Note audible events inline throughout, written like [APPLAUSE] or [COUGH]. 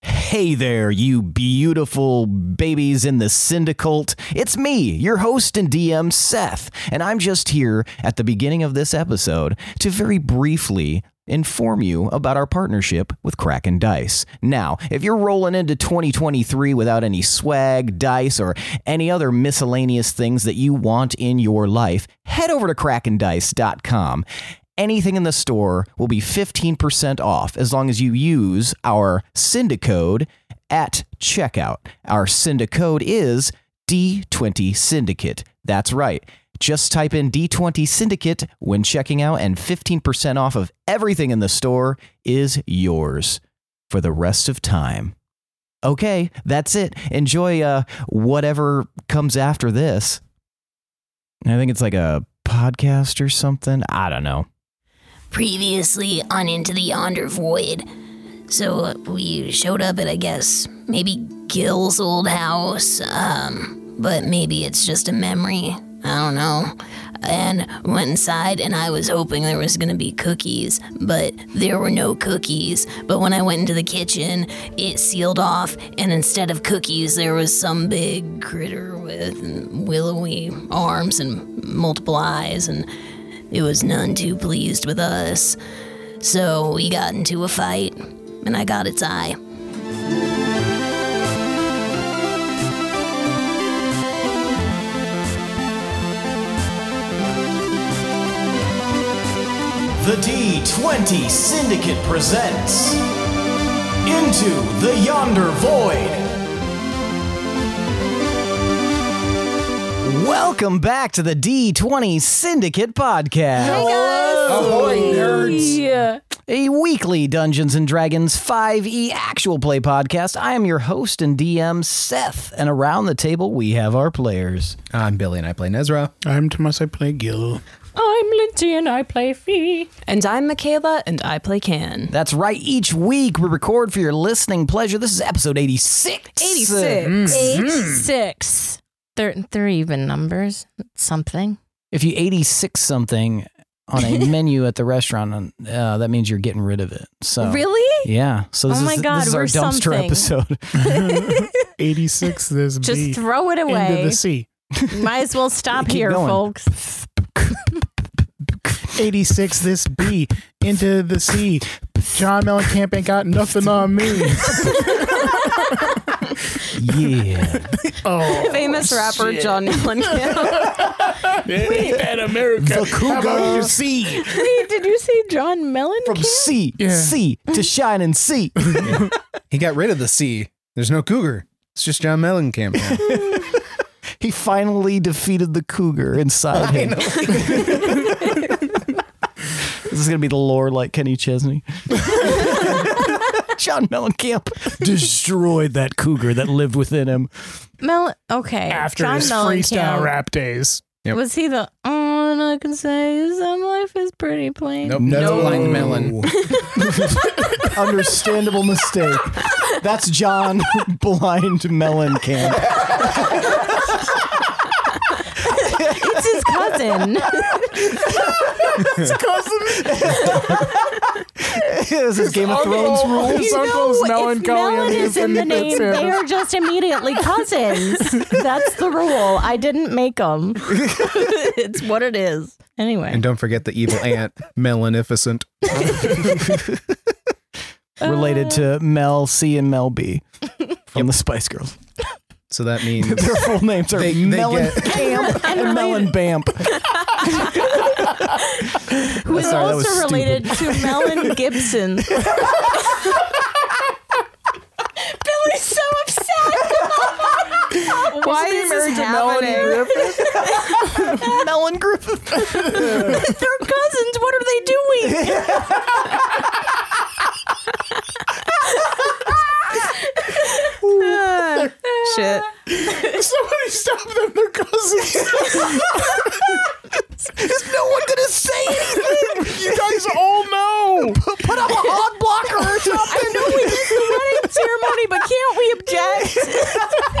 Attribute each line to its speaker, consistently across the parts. Speaker 1: Hey there, you beautiful babies in the syndicult. It's me, your host and DM, Seth, and I'm just here at the beginning of this episode to very briefly inform you about our partnership with Kraken Dice. Now, if you're rolling into 2023 without any swag, dice, or any other miscellaneous things that you want in your life, head over to krakendice.com. Anything in the store will be 15% off as long as you use our syndicode at checkout. Our syndicode is D20 Syndicate. That's right. Just type in D20 Syndicate when checking out, and 15% off of everything in the store is yours for the rest of time. Okay, that's it. Enjoy uh, whatever comes after this. I think it's like a podcast or something. I don't know.
Speaker 2: previously on Into the Yonder Void. So uh, we showed up at, I guess, maybe Gil's old house, um, but maybe it's just a memory. I don't know. And went inside, and I was hoping there was gonna be cookies, but there were no cookies. But when I went into the kitchen, it sealed off, and instead of cookies, there was some big critter with willowy arms and multiple eyes, and it was none too pleased with us. So we got into a fight, and I got its eye.
Speaker 1: The D20 Syndicate presents Into the Yonder Void. Welcome back to the D20 Syndicate podcast,
Speaker 3: Ahoy, nerds!
Speaker 1: a weekly Dungeons and Dragons 5e actual play podcast. I am your host and DM, Seth, and around the table we have our players.
Speaker 3: I'm Billy and I play Nezra.
Speaker 4: I'm Tomas. I play Gil.
Speaker 5: I'm Lindsay and I play Fee.
Speaker 6: And I'm Michaela, and I play Can.
Speaker 1: That's right, each week we record for your listening pleasure. This is episode 86.
Speaker 5: 86.
Speaker 7: They're, they're even numbers. It's Something.
Speaker 1: if you 86 something on
Speaker 7: [LAUGHS]
Speaker 1: a menu at the restaurant, uh, that means you're getting rid of it. So
Speaker 7: Really?
Speaker 1: yeah. So this
Speaker 7: Oh my
Speaker 1: is
Speaker 7: God,
Speaker 1: this is our
Speaker 7: we're
Speaker 1: dumpster
Speaker 7: something.
Speaker 1: episode. [LAUGHS]
Speaker 7: [LAUGHS]
Speaker 4: 86 this
Speaker 7: Just
Speaker 4: B
Speaker 7: throw it
Speaker 4: into
Speaker 7: away.
Speaker 4: the sea.
Speaker 7: [LAUGHS] Might as well stop
Speaker 1: Keep
Speaker 7: here,
Speaker 1: going.
Speaker 7: folks.
Speaker 4: 86 this B into the sea. John Mellencamp ain't got nothing on
Speaker 7: [LAUGHS]
Speaker 4: me.
Speaker 1: yeah.
Speaker 4: Oh,
Speaker 7: Famous rapper John
Speaker 4: [LAUGHS]
Speaker 7: Mellencamp.
Speaker 3: [LAUGHS]
Speaker 4: bad America. The Cougar. You see.
Speaker 7: Wait, did you see John Mellencamp?
Speaker 1: From sea,
Speaker 4: Yeah.
Speaker 1: sea
Speaker 3: Hmm.
Speaker 1: to shining sea.
Speaker 3: He got rid of the C. There's no cougar. It's just John
Speaker 1: [LAUGHS]
Speaker 3: Mellencamp. now.
Speaker 1: he finally defeated the cougar inside him. this is gonna be the lore like Kenny
Speaker 7: [LAUGHS]
Speaker 1: Chesney. John Mellencamp destroyed that cougar that lived within him.
Speaker 7: Mel- okay.
Speaker 4: After
Speaker 7: John
Speaker 4: his
Speaker 7: Mellencamp.
Speaker 4: freestyle rap days.
Speaker 3: Yep.
Speaker 7: Was he the all I can say is that life is pretty plain?
Speaker 3: nope, no blind melon.
Speaker 1: [LAUGHS] Understandable mistake. That's John [LAUGHS] Blind Mellencamp.
Speaker 7: It's his cousin.
Speaker 3: [LAUGHS]
Speaker 1: this is Game of Thrones
Speaker 4: Uncle-
Speaker 1: rules.
Speaker 4: His uncle's
Speaker 7: if
Speaker 4: melancholy
Speaker 7: melon
Speaker 4: and
Speaker 7: is in the name,
Speaker 4: Infinite
Speaker 7: they
Speaker 4: Sin.
Speaker 7: are just immediately cousins. That's the rule. I didn't make them. it's what it is.
Speaker 8: [LAUGHS]
Speaker 7: Anyway.
Speaker 3: And don't forget the evil aunt, Melanificent.
Speaker 1: [LAUGHS] Related to Mel C and Mel B from the Spice Girls.
Speaker 3: So that
Speaker 1: [LAUGHS]
Speaker 3: means
Speaker 1: Their full names are
Speaker 3: They- they
Speaker 6: [LAUGHS]
Speaker 1: Mellencamp and Mellenbamp.
Speaker 7: Who is
Speaker 3: Sorry, that was
Speaker 7: also
Speaker 3: stupid.
Speaker 7: related
Speaker 3: [LAUGHS]
Speaker 7: to Melon [LAUGHS] Gibson. Billy's so upset. [LAUGHS] Why is this happening? [LAUGHS]
Speaker 1: Melon Griffith.
Speaker 7: They're cousins. What are
Speaker 4: [LAUGHS]
Speaker 7: they doing? [LAUGHS] Shit.
Speaker 4: Somebody stop them. They're cousins.
Speaker 7: [LAUGHS]
Speaker 1: Is no one gonna say anything?
Speaker 4: you guys all know.
Speaker 1: Put up a hot blocker or something.
Speaker 7: I know we did the wedding ceremony, but can't we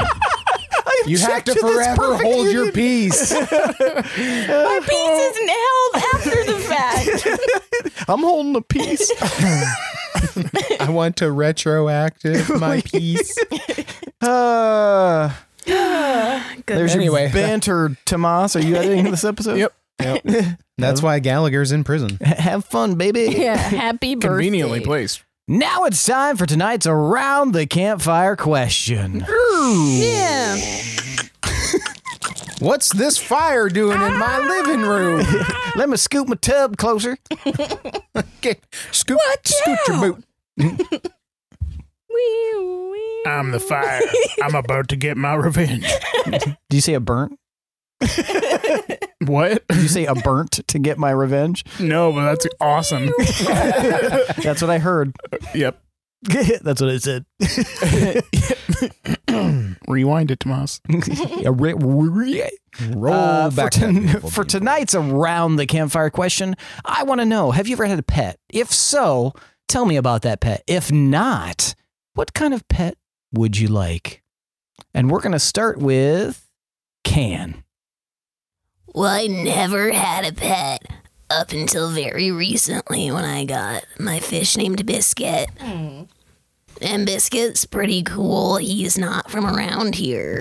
Speaker 1: [LAUGHS]
Speaker 7: object?
Speaker 3: you have to
Speaker 1: Objection is
Speaker 3: forever
Speaker 1: perfect
Speaker 3: hold
Speaker 1: [LAUGHS]
Speaker 3: your peace.
Speaker 7: My peace isn't held after the fact.
Speaker 1: I'm holding a piece.
Speaker 3: I want
Speaker 1: [LAUGHS]
Speaker 3: to retroactive my piece.
Speaker 1: Uh, there's
Speaker 3: Anyway.
Speaker 1: your banter, Tomas. Are you editing this episode?
Speaker 4: Yep.
Speaker 1: [LAUGHS]
Speaker 3: That's why Gallagher's in prison.
Speaker 1: Have fun, baby.
Speaker 3: [LAUGHS]
Speaker 6: Yeah, happy birthday.
Speaker 9: Conveniently placed.
Speaker 1: Now it's time for tonight's around the campfire question.
Speaker 3: What's this fire doing in
Speaker 6: Ah!
Speaker 3: my living [LAUGHS] room?
Speaker 1: Let me scoop my tub closer.
Speaker 3: [LAUGHS] Okay, scoot, scoot your boot.
Speaker 9: I'm the fire. I'm about to get my
Speaker 4: [CLEARS THROAT]
Speaker 9: revenge.
Speaker 1: Do you say a burnt?
Speaker 9: What?
Speaker 1: Do you say a burnt to get my revenge?
Speaker 9: No, but that's awesome.
Speaker 1: [LAUGHS] That's what I heard.
Speaker 9: yep.
Speaker 1: [LAUGHS] That's what I
Speaker 9: [LAUGHS]
Speaker 1: said.
Speaker 9: Rewind it,
Speaker 3: [LAUGHS]
Speaker 9: Tomas.
Speaker 1: A ri- ri-
Speaker 3: Roll
Speaker 1: Uh, for,
Speaker 3: back.
Speaker 1: ton-
Speaker 3: that beautiful
Speaker 1: for
Speaker 3: beat.
Speaker 1: tonight's around the campfire question, I want to know: Have you ever had a pet? If so, tell me about that pet. If not, what kind of pet would you like? And we're going to start with Can.
Speaker 2: Well, I never had a pet up until very recently when I got my fish named Biscuit. And Biscuit's pretty cool. He's not from around here.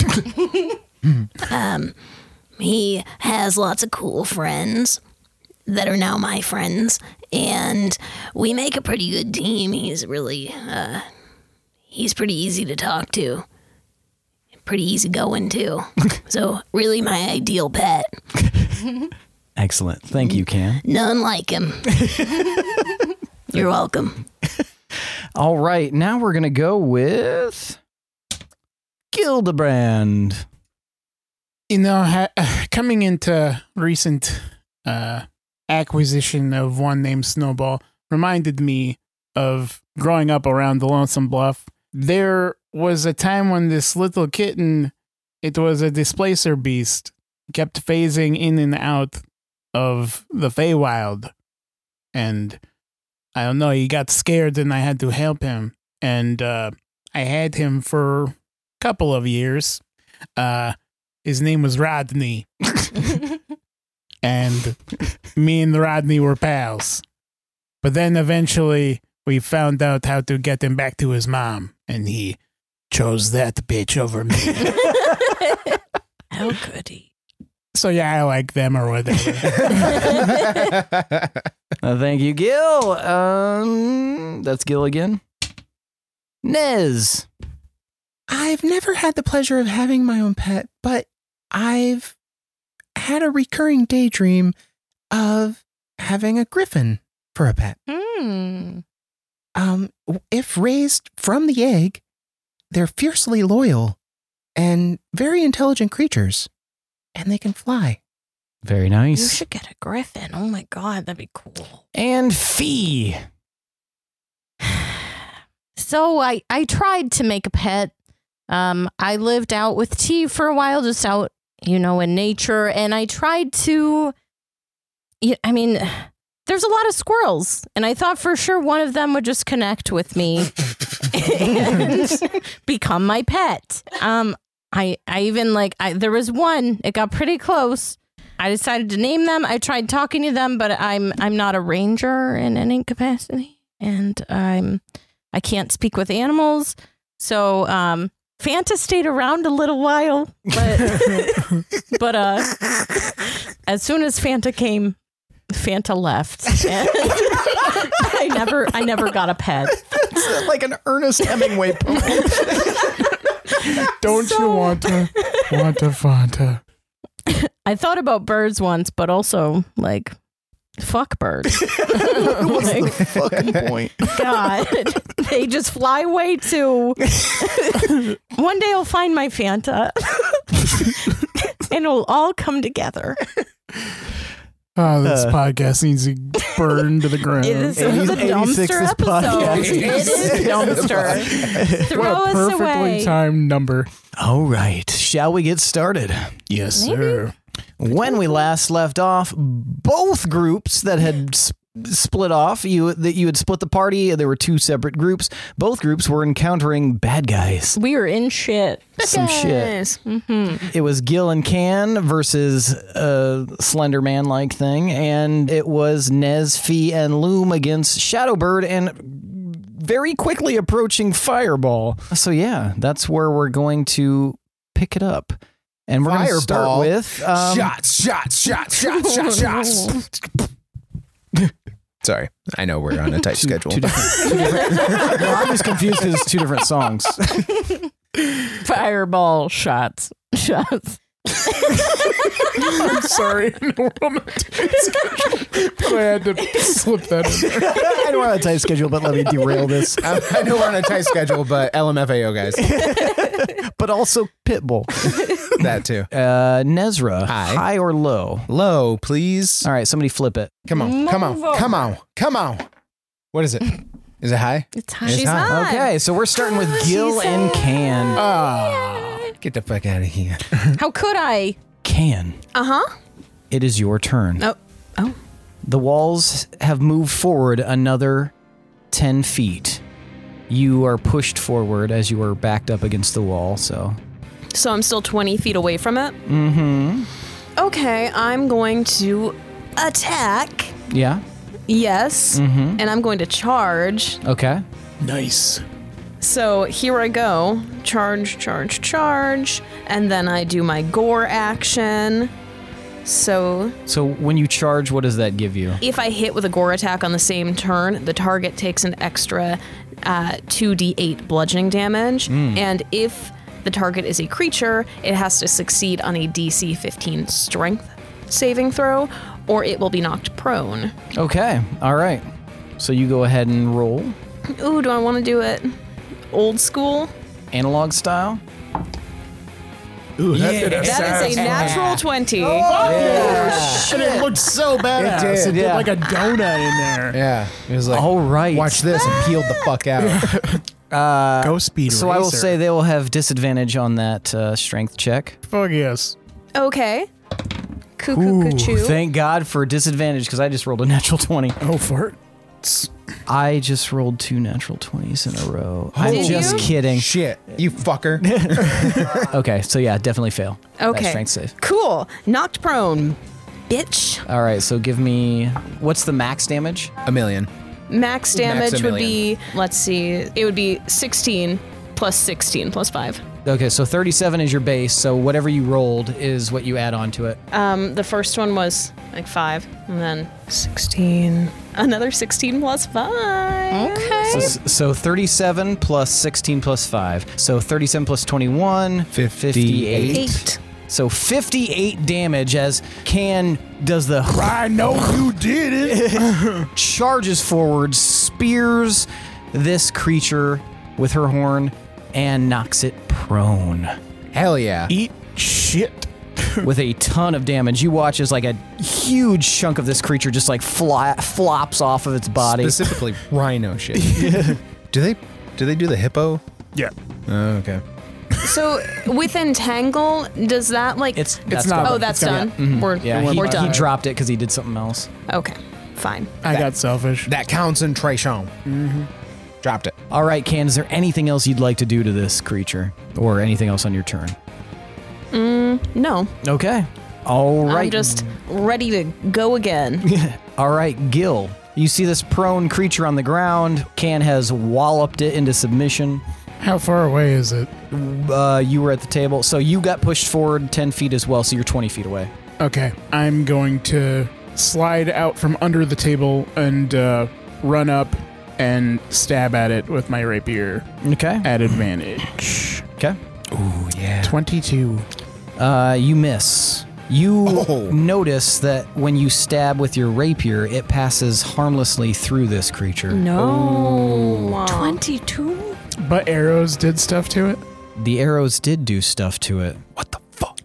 Speaker 2: um, he has lots of cool friends that are now my friends, and we make a pretty good team. He's really, uh, he's pretty easy to talk to, pretty easy going too. so, really, my ideal pet.
Speaker 1: Excellent. Thank you, Can.
Speaker 2: None like him. You're welcome.
Speaker 1: [LAUGHS] All right, now we're going to go
Speaker 2: [LAUGHS]
Speaker 1: with Gildebrand.
Speaker 4: you know, ha- [SIGHS] uh, coming into recent uh, acquisition of one named Snowball reminded me of growing up around the Lonesome Bluff. There was a time when this little kitten, it was a displacer beast, kept phasing in and out of the Feywild, and I don't know, he got scared, and I had to help him, and uh, I had him for a couple of years. Uh, his name was Rodney. and me and Rodney were pals. But then eventually we found out how to get him back to his mom, and he chose that bitch over me.
Speaker 6: [LAUGHS] How could he?
Speaker 4: so yeah, I like them or whatever.
Speaker 1: Uh, thank you, Gil. Um, that's Gil again. Nez.
Speaker 3: I've never had the pleasure of having my own pet, but I've had a recurring daydream of having a griffin for a pet.
Speaker 7: Mm.
Speaker 3: Um, if raised from the egg, they're fiercely loyal and very intelligent creatures, and they can fly.
Speaker 1: Very
Speaker 6: You
Speaker 1: nice.
Speaker 6: should get a griffin. Oh my god, that'd be cool.
Speaker 1: and [LAUGHS] fee.
Speaker 5: So I, I tried to make a pet. Um, I lived out with T for a while, just out, you know, in nature. And I tried to, y- I mean, there's a lot of squirrels. And I thought for sure one of them would just connect with me and [LAUGHS] become my pet. Um, I, I even like, I, there was one, it got pretty close. I decided to name them. I tried talking to them, but I'm I'm not a ranger in any capacity, and I'm I can't speak with animals. So um Fanta stayed around a little while, but but uh as soon as Fanta came, Fanta left.
Speaker 1: [LAUGHS]
Speaker 5: And I never I never got a pet.
Speaker 1: like an Ernest [LAUGHS] Hemingway poem.
Speaker 4: Don't you want to want to Fanta?
Speaker 5: [LAUGHS] I thought about birds once, but also like
Speaker 1: [LAUGHS]
Speaker 5: fuck birds. like,
Speaker 1: Fucking
Speaker 4: [LAUGHS]
Speaker 1: point. [LAUGHS]
Speaker 5: God. They just fly away too. One day I'll find my Fanta.
Speaker 1: [LAUGHS]
Speaker 5: and it'll all come together.
Speaker 4: Oh, this
Speaker 1: Uh.
Speaker 4: podcast needs to burn
Speaker 5: [LAUGHS]
Speaker 4: to the ground.
Speaker 5: It is
Speaker 1: Eighty-
Speaker 5: the
Speaker 1: 86
Speaker 5: dumpster
Speaker 1: is podcast.
Speaker 5: episode.
Speaker 1: [LAUGHS]
Speaker 5: It is dumpster. [LAUGHS] Throw
Speaker 4: what a
Speaker 5: us
Speaker 4: perfectly
Speaker 5: away.
Speaker 4: timed number.
Speaker 1: All right, shall we get started?
Speaker 4: Yes, sir.
Speaker 1: When we last left off, both groups that had sp- split off, you that you had split the party, there were two separate groups. Both groups were encountering bad guys.
Speaker 5: we are in shit. Mm-hmm.
Speaker 1: Some shit. It was Gil and Can versus a Slender Man like thing, and it was Nez, Fee, and Loom against Shadowbird and very quickly approaching fireball. So yeah, that's where we're going to pick it up. And we're going to start
Speaker 8: Fireball.
Speaker 1: with um,
Speaker 8: shots, shots, shots, shots, shots, shots. Sorry, I know we're on a tight
Speaker 1: two,
Speaker 8: schedule.
Speaker 1: two different, two different- [LAUGHS] Well, I'm just confused because it's two different songs.
Speaker 7: [LAUGHS] Fireball shots. Shots.
Speaker 4: [LAUGHS] I'm sorry. No, I'm not but I had to slip that
Speaker 1: [LAUGHS]
Speaker 4: in.
Speaker 1: I know we're on a tight schedule, but let me derail
Speaker 8: [LAUGHS]
Speaker 1: this.
Speaker 8: I, I know we're on a tight schedule, but LMFAO guys,
Speaker 1: But also Pitbull,
Speaker 8: [LAUGHS] that too.
Speaker 1: uh, Nezra,
Speaker 8: Hi.
Speaker 1: high or low?
Speaker 8: Low, please.
Speaker 1: All right, somebody flip it.
Speaker 8: Come on, come on, come on, come on. What is it? Is it high?
Speaker 5: It's high.
Speaker 8: It's
Speaker 5: She's
Speaker 8: high.
Speaker 5: high.
Speaker 1: Okay, so we're starting with Gil and Can.
Speaker 8: Ah, Get the fuck out of here.
Speaker 6: How could I?
Speaker 1: Can,
Speaker 6: Uh huh.
Speaker 1: it is your turn.
Speaker 6: Oh. Oh.
Speaker 1: The walls have moved forward another 10 feet. You are pushed forward as you are backed up against the wall, so.
Speaker 6: So I'm still 20 feet away from it? Mm
Speaker 1: Mm-hmm.
Speaker 6: hmm. Okay, I'm going to attack.
Speaker 1: Yeah?
Speaker 6: Yes. Mm-hmm. And I'm going to charge.
Speaker 1: Okay.
Speaker 4: Nice.
Speaker 6: So here I go. Charge, charge, charge. And then I do my gore action. So
Speaker 1: So when you charge, what does that give you?
Speaker 6: if I hit with a gore attack on the same turn, the target takes an extra uh, 2d8 bludgeoning damage.
Speaker 4: Hmm.
Speaker 6: And if the target is a creature, it has to succeed on a DC 15 strength saving throw, or it will be knocked prone. [CLEARS THROAT]
Speaker 1: Okay, all right. So you go ahead and roll
Speaker 6: Ooh, do I want to do it old school?
Speaker 1: analog style.
Speaker 4: Ooh, that, yeah.
Speaker 6: That is a natural
Speaker 1: Oh,
Speaker 6: 20.
Speaker 4: And Oh, it looked so badass.
Speaker 8: did,
Speaker 4: It did,
Speaker 1: yeah.
Speaker 4: like a donut in there.
Speaker 8: Yeah, it was like,
Speaker 1: All right.
Speaker 8: watch this and peel the fuck out. Uh,
Speaker 4: Go speed
Speaker 1: Uh, So I will say they will have disadvantage on that uh, strength check.
Speaker 4: fuck yes.
Speaker 6: Okay. Cuckoo, cuckoo.
Speaker 1: Thank God for disadvantage because I just rolled a natural 20.
Speaker 4: Oh, fart.
Speaker 1: I just rolled two natural 20s in a row.
Speaker 4: Oh,
Speaker 1: I'm
Speaker 6: Did
Speaker 1: just
Speaker 6: you?
Speaker 1: kidding.
Speaker 8: Shit, you fucker.
Speaker 1: [LAUGHS]
Speaker 8: [LAUGHS]
Speaker 1: Okay, so yeah, definitely fail. That
Speaker 6: Okay.
Speaker 1: strength save.
Speaker 6: Cool. Knocked prone. Bitch.
Speaker 1: All right, so give me what's the max damage?
Speaker 8: A million.
Speaker 6: Max damage would
Speaker 8: Maximilian.
Speaker 6: be, let's see, it would be 16 plus 16 plus 5.
Speaker 1: Okay, so 37 is your base, so whatever you rolled is what you add on to it.
Speaker 6: Um, the first one was like 5, and then 16. Another 16 plus 5.
Speaker 5: Okay.
Speaker 1: So, so 37 plus 16 plus 5. So 37 plus 21, 58. So 58 damage as Can does the
Speaker 4: I know you did it.
Speaker 1: [LAUGHS] charges forward, spears this creature with her horn, and knocks it prone
Speaker 8: Hell yeah.
Speaker 4: Eat shit.
Speaker 1: with a ton of damage. You watch as like a huge chunk of this creature just like fly, flops off of its body.
Speaker 8: Specifically,
Speaker 1: [LAUGHS]
Speaker 8: rhino shit. [LAUGHS] do they? Do they do the hippo?
Speaker 4: Yeah.
Speaker 8: Oh, okay.
Speaker 6: So with Entangle, does that like.
Speaker 1: it's that's
Speaker 4: not-
Speaker 1: done.
Speaker 6: oh, that's
Speaker 4: it's
Speaker 6: done.
Speaker 4: done.
Speaker 6: We're,
Speaker 1: yeah. He,
Speaker 6: we're
Speaker 1: he
Speaker 6: done.
Speaker 1: dropped it because he did something else.
Speaker 6: okay. Fine.
Speaker 4: I got selfish.
Speaker 8: That concentration. Mm-hmm. Dropped it.
Speaker 1: All right, Can. Is there anything else you'd like to do to this creature, or anything else on your turn?
Speaker 6: Mm, No.
Speaker 1: Okay. All right.
Speaker 6: I'm just ready to go again.
Speaker 1: [LAUGHS] All right, Gil. You see this prone creature on the ground. Can has walloped it into submission.
Speaker 4: How far away is it?
Speaker 1: Uh, you were at the table, so you got pushed forward 10 feet as well, so you're 20 feet away.
Speaker 4: Okay, I'm going to slide out from under the table and uh, run up and stab at it with my rapier
Speaker 1: Okay.
Speaker 4: at advantage.
Speaker 1: Okay.
Speaker 4: 22.
Speaker 1: Uh, you miss. You
Speaker 8: Oh.
Speaker 1: notice that when you stab with your rapier, it passes harmlessly through this creature.
Speaker 6: No.
Speaker 5: 22?
Speaker 4: Oh. But arrows did stuff to it?
Speaker 1: The arrows did do stuff to it.
Speaker 8: What the fuck?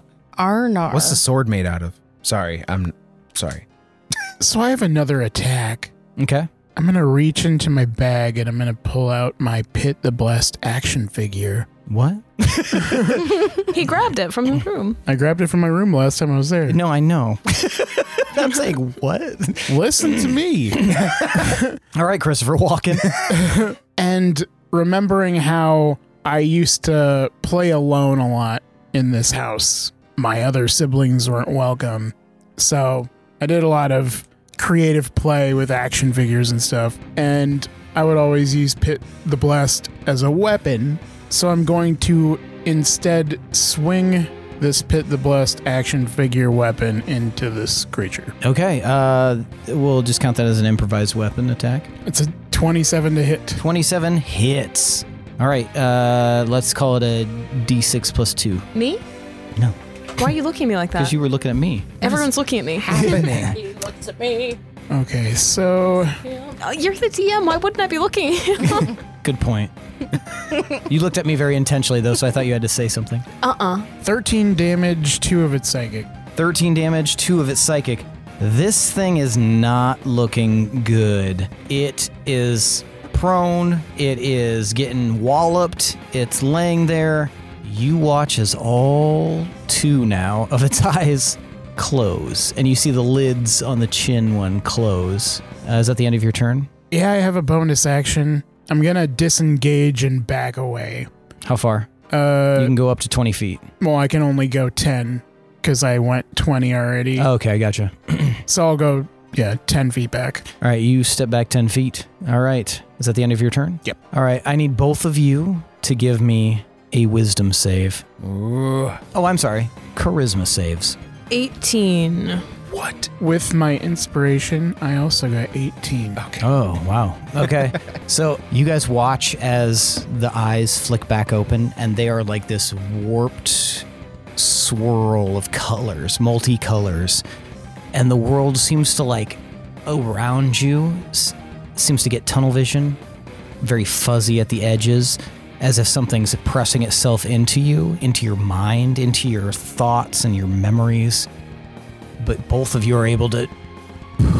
Speaker 4: Ah.
Speaker 5: Arnar.
Speaker 8: What's the sword made out of? Sorry, I'm sorry.
Speaker 4: So I have another attack.
Speaker 1: Okay.
Speaker 4: I'm going to reach into my bag and I'm going to pull out my Pit the Blessed action figure.
Speaker 1: What?
Speaker 6: He grabbed it from the room.
Speaker 4: I grabbed it from my room last time I was there.
Speaker 1: No, I
Speaker 4: [LAUGHS]
Speaker 1: know. [LAUGHS] I'm saying, what?
Speaker 4: Listen to me.
Speaker 1: All right, Christopher Walken.
Speaker 4: and remembering how I used to play alone a lot in this house. My other siblings weren't welcome. So I did a lot of creative play with action figures and stuff. And I would always use Pit the Blast as a weapon. So I'm going to instead swing this Pit the Blast action figure weapon into this creature.
Speaker 1: Okay, uh, we'll just count that as an improvised weapon attack.
Speaker 4: It's a 27 to hit.
Speaker 1: 27 hits. All right, uh, let's call it a d6 plus 2.
Speaker 6: Me?
Speaker 1: No.
Speaker 6: Why are you looking at me like
Speaker 1: Because
Speaker 6: that?
Speaker 1: you were looking at me.
Speaker 6: Everyone's looking at me.
Speaker 2: [LAUGHS]
Speaker 8: Happening.
Speaker 4: Okay, so
Speaker 6: Oh, You're the DM. Why wouldn't I
Speaker 8: [LAUGHS]
Speaker 6: be looking?
Speaker 1: Good point. you looked at me very intentionally, though, so I thought you had to say something.
Speaker 6: uh
Speaker 5: Uh-uh.
Speaker 6: uh
Speaker 4: 13 damage, two of its psychic.
Speaker 1: 13 damage, two of its psychic. This thing is not looking good. It is prone, it is getting walloped, it's laying there. You watch as all two now of its [LAUGHS] eyes close, and you see the lids on the chin one close. Uh, is that the end of your turn?
Speaker 4: Yeah, I have a bonus action. I'm gonna disengage and back away.
Speaker 1: How far? you
Speaker 4: Uh,
Speaker 1: can go up to 20 feet.
Speaker 4: well, I can only go 10 because I went 20 already.
Speaker 1: Oh, Okay, I gotcha.
Speaker 4: [CLEARS THROAT] So I'll go, yeah, 10 uh, feet back.
Speaker 1: All right, you step back 10 feet. All right. Is that the end of your turn?
Speaker 4: Yep.
Speaker 1: All right, I need both of you to give me a wisdom save.
Speaker 8: Ooh.
Speaker 1: Oh, I'm sorry. Charisma saves.
Speaker 6: 18.
Speaker 8: What?
Speaker 4: With my inspiration, I also got 18.
Speaker 8: Okay.
Speaker 1: Oh, wow. Okay. so you guys watch as the eyes flick back open, and they are like this warped swirl of colors, multicolors. And the world seems to like around you, s- seems to get tunnel vision, very fuzzy at the edges, as if something's pressing itself into you, into your mind, into your thoughts and your memories. But both of you are able to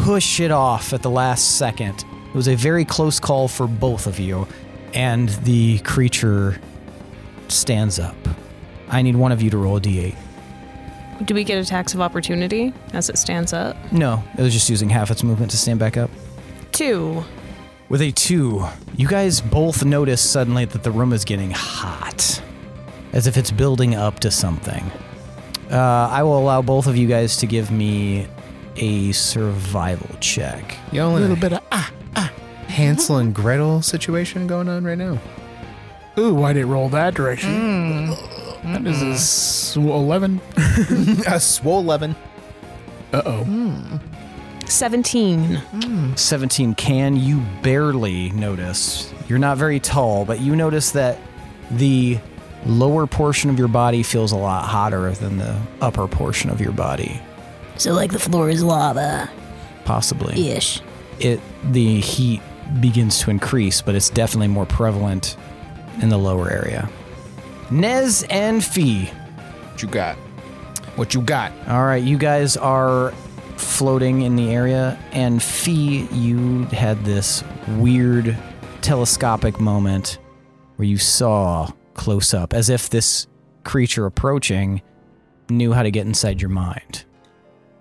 Speaker 1: push it off at the last second. It was a very close call for both of you, and the creature stands up. I need one of you to roll a d8.
Speaker 6: Do we get attacks of opportunity as it stands up?
Speaker 1: No, it was just using half its movement to stand back up.
Speaker 6: Two.
Speaker 1: With a two, you guys both notice suddenly that the room is getting hot, as if it's building up to something. Uh, I will allow both of you guys to give me a survival check.
Speaker 8: You only
Speaker 4: A little
Speaker 8: little
Speaker 4: bit of, ah.
Speaker 8: Hansel and Gretel situation going on right now.
Speaker 4: Ooh, why'd it roll that direction? That is a s- 11.
Speaker 8: Mm. [LAUGHS] A swole eleven.
Speaker 4: Uh oh.
Speaker 6: 17.
Speaker 1: 17 can you barely notice you're not very tall but you notice that the lower portion of your body feels a lot hotter than the upper portion of your body
Speaker 2: So, like, the floor is lava
Speaker 1: possibly
Speaker 2: ish.
Speaker 1: it the heat begins to increase but it's definitely more prevalent in the lower area nez and fee
Speaker 8: What you got? What you got?
Speaker 1: all right you guys are floating in the area and fee you had this weird telescopic moment where you saw close up as if this creature approaching knew how to get inside your mind.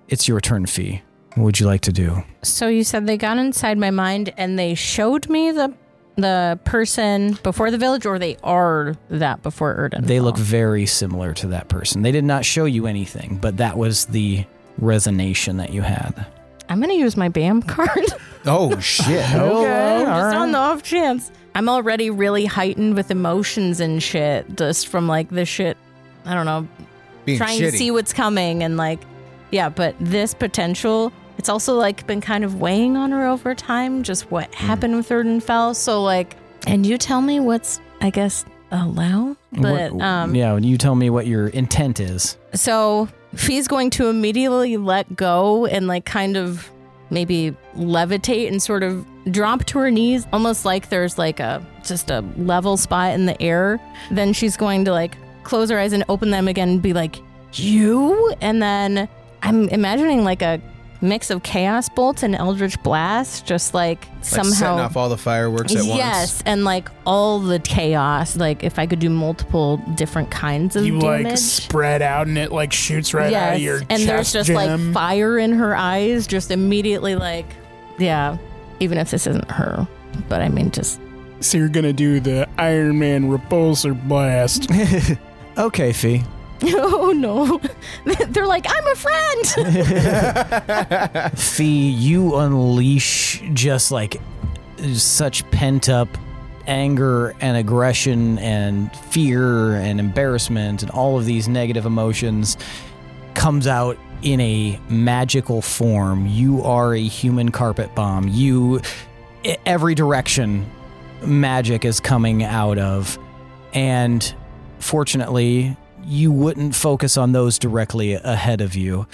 Speaker 1: It's your turn, Fee. What would you like to do?
Speaker 5: So you said they got inside my mind and they showed me the the person before the village, or they are that before Erden.
Speaker 1: They look very similar to that person. They did not show you anything, but that was the resonation that you had.
Speaker 5: I'm gonna use my BAM card.
Speaker 8: Oh shit.
Speaker 1: [LAUGHS]
Speaker 5: [LAUGHS] Okay, just on the off chance. I'm already really heightened with emotions and shit, just from like the shit. I don't know,
Speaker 8: Being
Speaker 5: trying
Speaker 8: shitty.
Speaker 5: to see what's coming and like, yeah. But this potential, it's also like been kind of weighing on her over time. Just what happened with Erden Fell. So like, and you tell me what's I guess allowed, but
Speaker 1: What-
Speaker 5: um,
Speaker 1: yeah, you tell me what your intent is.
Speaker 5: so Fee's going to immediately let go and like kind of maybe levitate and sort of drop to her knees, almost like there's like a just a level spot in the air. Then she's going to like close her eyes and open them again and be like, You? And then I'm imagining like a mix of chaos bolt and eldritch blast, just like,
Speaker 8: Like setting
Speaker 5: somehow
Speaker 8: off all the fireworks at once.
Speaker 5: Yes, and like all the chaos. Like if I could do multiple different kinds of
Speaker 4: You
Speaker 5: damage
Speaker 4: like spread out and it like shoots right out of your
Speaker 5: and there's
Speaker 4: chest
Speaker 5: just
Speaker 4: gem.
Speaker 5: like fire in her eyes, just immediately like, yeah. Even if this isn't her, but I mean, just
Speaker 4: So you're gonna do the Iron Man repulsor blast.
Speaker 1: [LAUGHS] Okay, Fee.
Speaker 5: [LAUGHS] oh no, [LAUGHS] they're like, I'm a friend.
Speaker 1: Fee, you unleash just like such pent up anger and aggression and fear and embarrassment and all of these negative emotions comes out in a magical form. You are a human carpet bomb. You, e- every direction, magic is coming out of. And fortunately, you wouldn't focus on those directly ahead of you.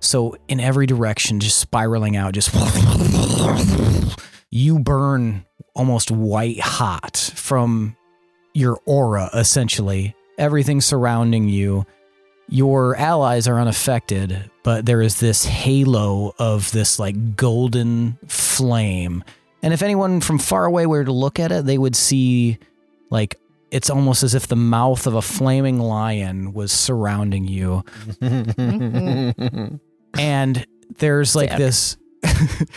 Speaker 1: So, in every direction, just spiraling out, just you burn almost white hot from your aura, essentially. Everything surrounding you. Your allies are unaffected, but there is this halo of this like golden flame. And if anyone from far away were to look at it, they would see like it's almost as if the mouth of a flaming lion was surrounding you. and there's like this [LAUGHS]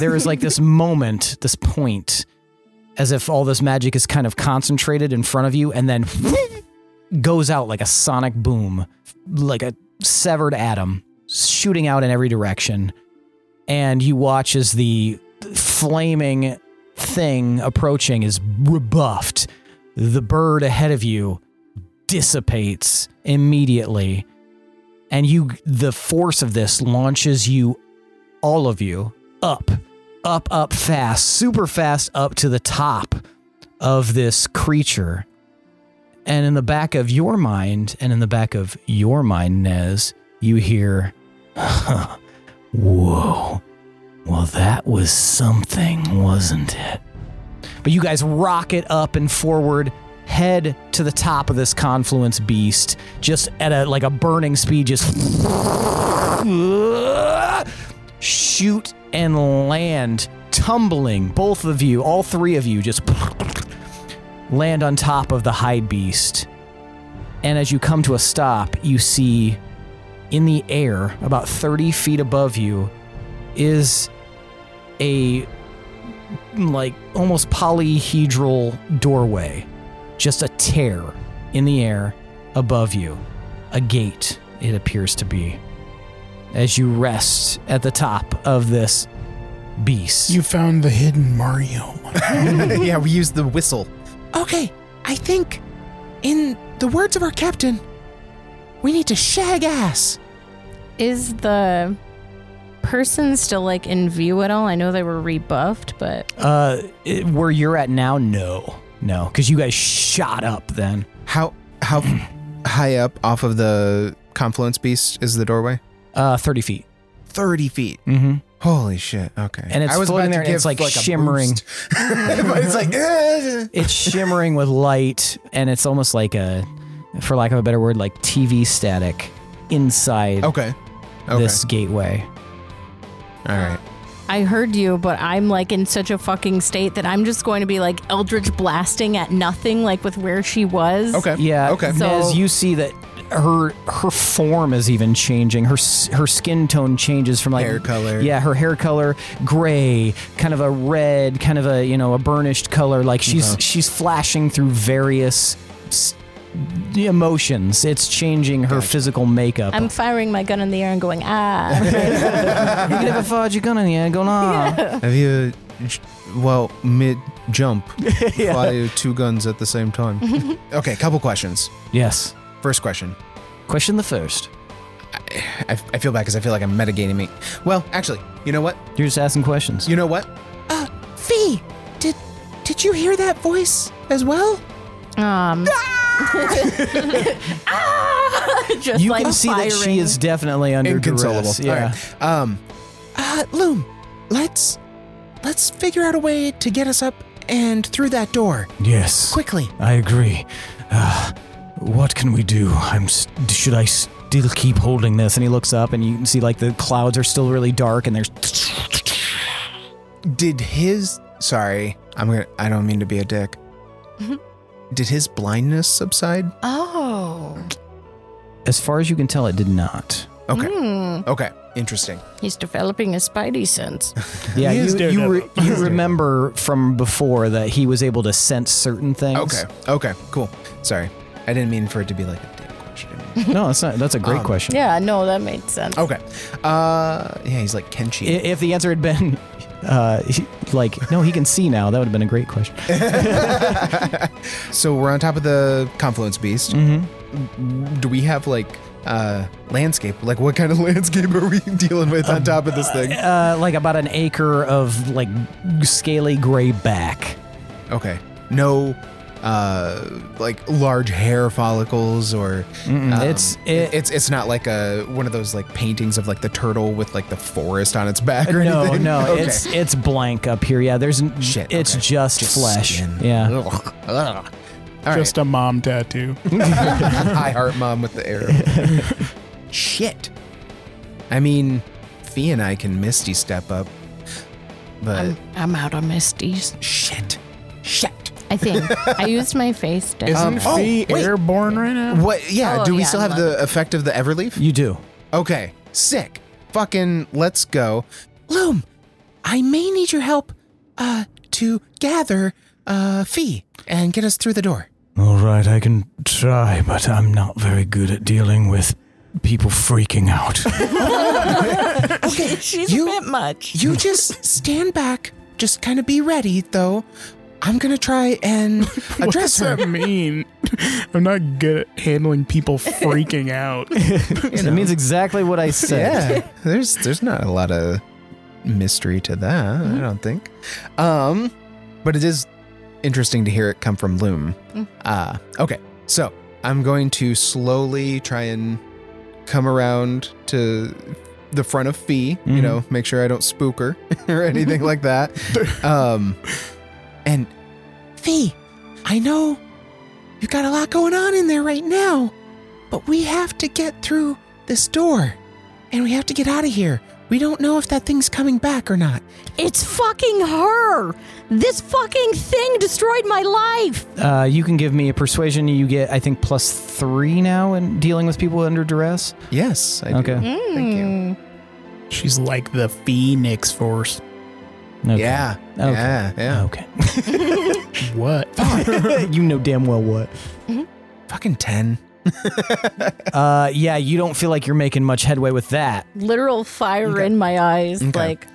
Speaker 1: there is like this moment, this point, as if all this magic is kind of concentrated in front of you and then [LAUGHS] goes out like a sonic boom, like a severed atom shooting out in every direction. And you watch as the flaming thing approaching is rebuffed. The bird ahead of you dissipates immediately. And you, the force of this launches you all of you up, up, up fast, super fast up to the top of this creature. And in the back of your mind, and in the back of your mind, Nez, you hear, [LAUGHS] huh, whoa, well, that was something, wasn't it? But you guys rocket up and forward, head to the top of this confluence beast, just at a like a burning speed, just shoot and land, tumbling, both of you, all three of you, just land on top of the hide beast. And as you come to a stop, you see in the air, about 30 feet above you, is a like almost polyhedral doorway, just a tear in the air above you, a gate, it appears to be, as you rest at the top of this beast.
Speaker 4: You found the hidden Mario. [LAUGHS]
Speaker 8: yeah, we used the whistle.
Speaker 3: Okay, I think, in the words of our captain, [LAUGHS] we need to shag ass.
Speaker 5: Is the person still like in view at all? I know they were rebuffed, but
Speaker 1: Uh, it- where you're at now, no, no, because you guys shot up then.
Speaker 8: How how high up off of the confluence beast is the doorway?
Speaker 1: Uh, thirty feet.
Speaker 8: Thirty feet.
Speaker 1: Mm-hmm.
Speaker 8: Holy shit. Okay.
Speaker 1: And it's
Speaker 8: I was about
Speaker 1: floating there,
Speaker 8: to
Speaker 1: and it's like,
Speaker 8: give, a
Speaker 1: shimmering.
Speaker 8: boost. [LAUGHS] but it's like eh.
Speaker 1: it's shimmering with light, and it's almost like a, for lack of a better word, like TV static inside
Speaker 8: okay. Okay.
Speaker 1: this gateway.
Speaker 8: All right.
Speaker 5: I heard you, but I'm like in such a fucking state that I'm just going to be like Eldritch blasting at nothing, like with where she was.
Speaker 8: Okay.
Speaker 1: Yeah.
Speaker 8: Okay.
Speaker 5: So-
Speaker 1: As you see that her her form is even changing. Her s- her skin tone changes from like
Speaker 8: Hair color.
Speaker 1: Yeah, her hair color gray, kind of a red, kind of a you know a burnished color. Like
Speaker 8: Uh-huh.
Speaker 1: she's she's flashing through various. s- emotions it's changing her physical makeup
Speaker 5: I'm firing my gun in the air and going, ah.
Speaker 1: [LAUGHS]
Speaker 5: [LAUGHS]
Speaker 1: you can have
Speaker 8: [LAUGHS]
Speaker 1: a fudge you're gonna yeah going on
Speaker 8: Have you j- well mid jump fly two guns at the same time? okay. Couple questions.
Speaker 1: yes
Speaker 8: First question.
Speaker 1: question the first
Speaker 8: I, I feel bad because I feel like I'm metagaming me. Well, actually, you know what?
Speaker 1: you're just asking questions
Speaker 8: You know what?
Speaker 3: Fee, did did you hear that voice as well? Ah!
Speaker 5: um, [LAUGHS] [LAUGHS] Ah! just
Speaker 1: you
Speaker 5: like
Speaker 1: can see that
Speaker 5: firing.
Speaker 1: she is definitely under
Speaker 8: Inconsolable.
Speaker 1: duress yeah
Speaker 8: All right. Um.
Speaker 3: Uh, Loom, let's let's figure out a way to get us up and through that door
Speaker 1: yes
Speaker 3: quickly.
Speaker 1: I agree. Uh, what can we do? I'm. St- should I still keep holding this? And he looks up, and you can see like the clouds are still really dark, and there's.
Speaker 8: Did his sorry, I'm gonna I don't mean to be a dick. Did his blindness subside?
Speaker 5: Oh.
Speaker 1: As far as you can tell, it did not.
Speaker 8: Okay.
Speaker 5: Hmm.
Speaker 8: Okay. Interesting.
Speaker 5: He's developing a spidey sense.
Speaker 1: Yeah,
Speaker 4: He is
Speaker 1: you, you, re-
Speaker 4: Daredevil.
Speaker 1: you remember from before that he was able to sense certain things.
Speaker 8: Okay. Okay. Cool. Sorry. I didn't mean for it to be like a dick question.
Speaker 1: No, that's not. That's a great
Speaker 8: Um,
Speaker 1: question.
Speaker 5: Yeah, no, that made sense.
Speaker 8: Okay. Uh yeah, he's like Kenshi.
Speaker 1: I- If the answer had been, [LAUGHS] Uh, he- like, no, he can see now. That would have been a great
Speaker 8: [LAUGHS]
Speaker 1: question.
Speaker 8: So we're on top of the confluence beast.
Speaker 1: Mm-hmm.
Speaker 8: Do we have like uh landscape? Like what kind of [LAUGHS] landscape are we dealing with on top of this thing?
Speaker 1: Uh, like about an acre of like scaly gray back.
Speaker 8: Okay. No uh like large hair follicles or um,
Speaker 1: it's it,
Speaker 8: it's it's not like a one of those like paintings of like the turtle with like the forest on [LAUGHS] its back or
Speaker 1: no
Speaker 8: anything.
Speaker 1: no it's it's blank up here. Yeah, there's n-
Speaker 8: Shit,
Speaker 1: It's
Speaker 8: okay.
Speaker 1: just,
Speaker 8: Just
Speaker 1: flesh.
Speaker 8: skin.
Speaker 1: Yeah.
Speaker 8: Ugh, ugh. All right.
Speaker 4: Just a mom tattoo.
Speaker 8: [LAUGHS] I heart mom with the arrow. Shit. I mean, Fee and I can Misty step up, but
Speaker 5: I'm, I'm out on misties.
Speaker 8: shit, shit.
Speaker 5: I think
Speaker 8: [LAUGHS]
Speaker 5: I used my face. Didn't I?
Speaker 4: Isn't
Speaker 8: oh,
Speaker 4: Fee
Speaker 8: wait.
Speaker 4: airborne right now?
Speaker 8: What? Yeah.
Speaker 5: Oh,
Speaker 8: do we
Speaker 5: yeah,
Speaker 8: still have
Speaker 5: love
Speaker 8: the effect of the Everleaf?
Speaker 1: You do.
Speaker 8: Okay. Sick. Fucking. Let's go.
Speaker 3: Loom, I may need your help uh, to gather uh, Fee and get us through the door.
Speaker 10: All right, I can try, but I'm not very good at dealing with people freaking
Speaker 1: [LAUGHS]
Speaker 10: out.
Speaker 3: [LAUGHS] Okay,
Speaker 7: [LAUGHS] She's
Speaker 3: you-
Speaker 7: a bit much.
Speaker 3: you just stand back. Just kind of be ready, though. I'm gonna try
Speaker 4: [LAUGHS]
Speaker 3: and
Speaker 4: What does
Speaker 3: address her.
Speaker 4: that mean? I'm not good at handling people freaking out.
Speaker 1: [LAUGHS] It means exactly what
Speaker 4: [LAUGHS]
Speaker 1: I [LAUGHS] said.
Speaker 8: Yeah. there's there's not a lot of mystery to that.
Speaker 1: Mm-hmm.
Speaker 8: I don't think. Um, but it is interesting to hear it come from Loom.
Speaker 5: Mm.
Speaker 8: Uh, okay. So I'm going to slowly try and come around to the front of Fee. You
Speaker 1: Mhm.
Speaker 8: know, make sure I don't spook her [LAUGHS] or anything
Speaker 1: [LAUGHS]
Speaker 8: like that. Um, and
Speaker 3: Fee, I know you got a lot going on in there right now, but we have to get through this door and we have to get out of here. We don't know if that thing's coming back or not.
Speaker 7: It's fucking her. This fucking thing destroyed my life.
Speaker 1: [LAUGHS] Uh, you can give me a persuasion. You get, I think, plus three now in dealing with people under duress.
Speaker 8: yes, I do.
Speaker 1: Okay.
Speaker 8: Thank
Speaker 5: Hmm.
Speaker 8: you.
Speaker 4: She's like the Phoenix Force.
Speaker 1: Okay.
Speaker 8: Yeah.
Speaker 1: Okay.
Speaker 8: Yeah. Yeah. [LAUGHS]
Speaker 1: Okay.
Speaker 4: [LAUGHS] What?
Speaker 1: [LAUGHS] you know damn well what.
Speaker 8: Fucking [LAUGHS] 10.
Speaker 1: Uh, yeah, you don't feel like you're making much headway with that.
Speaker 5: Literal fire in my eyes,
Speaker 8: Okay.
Speaker 5: like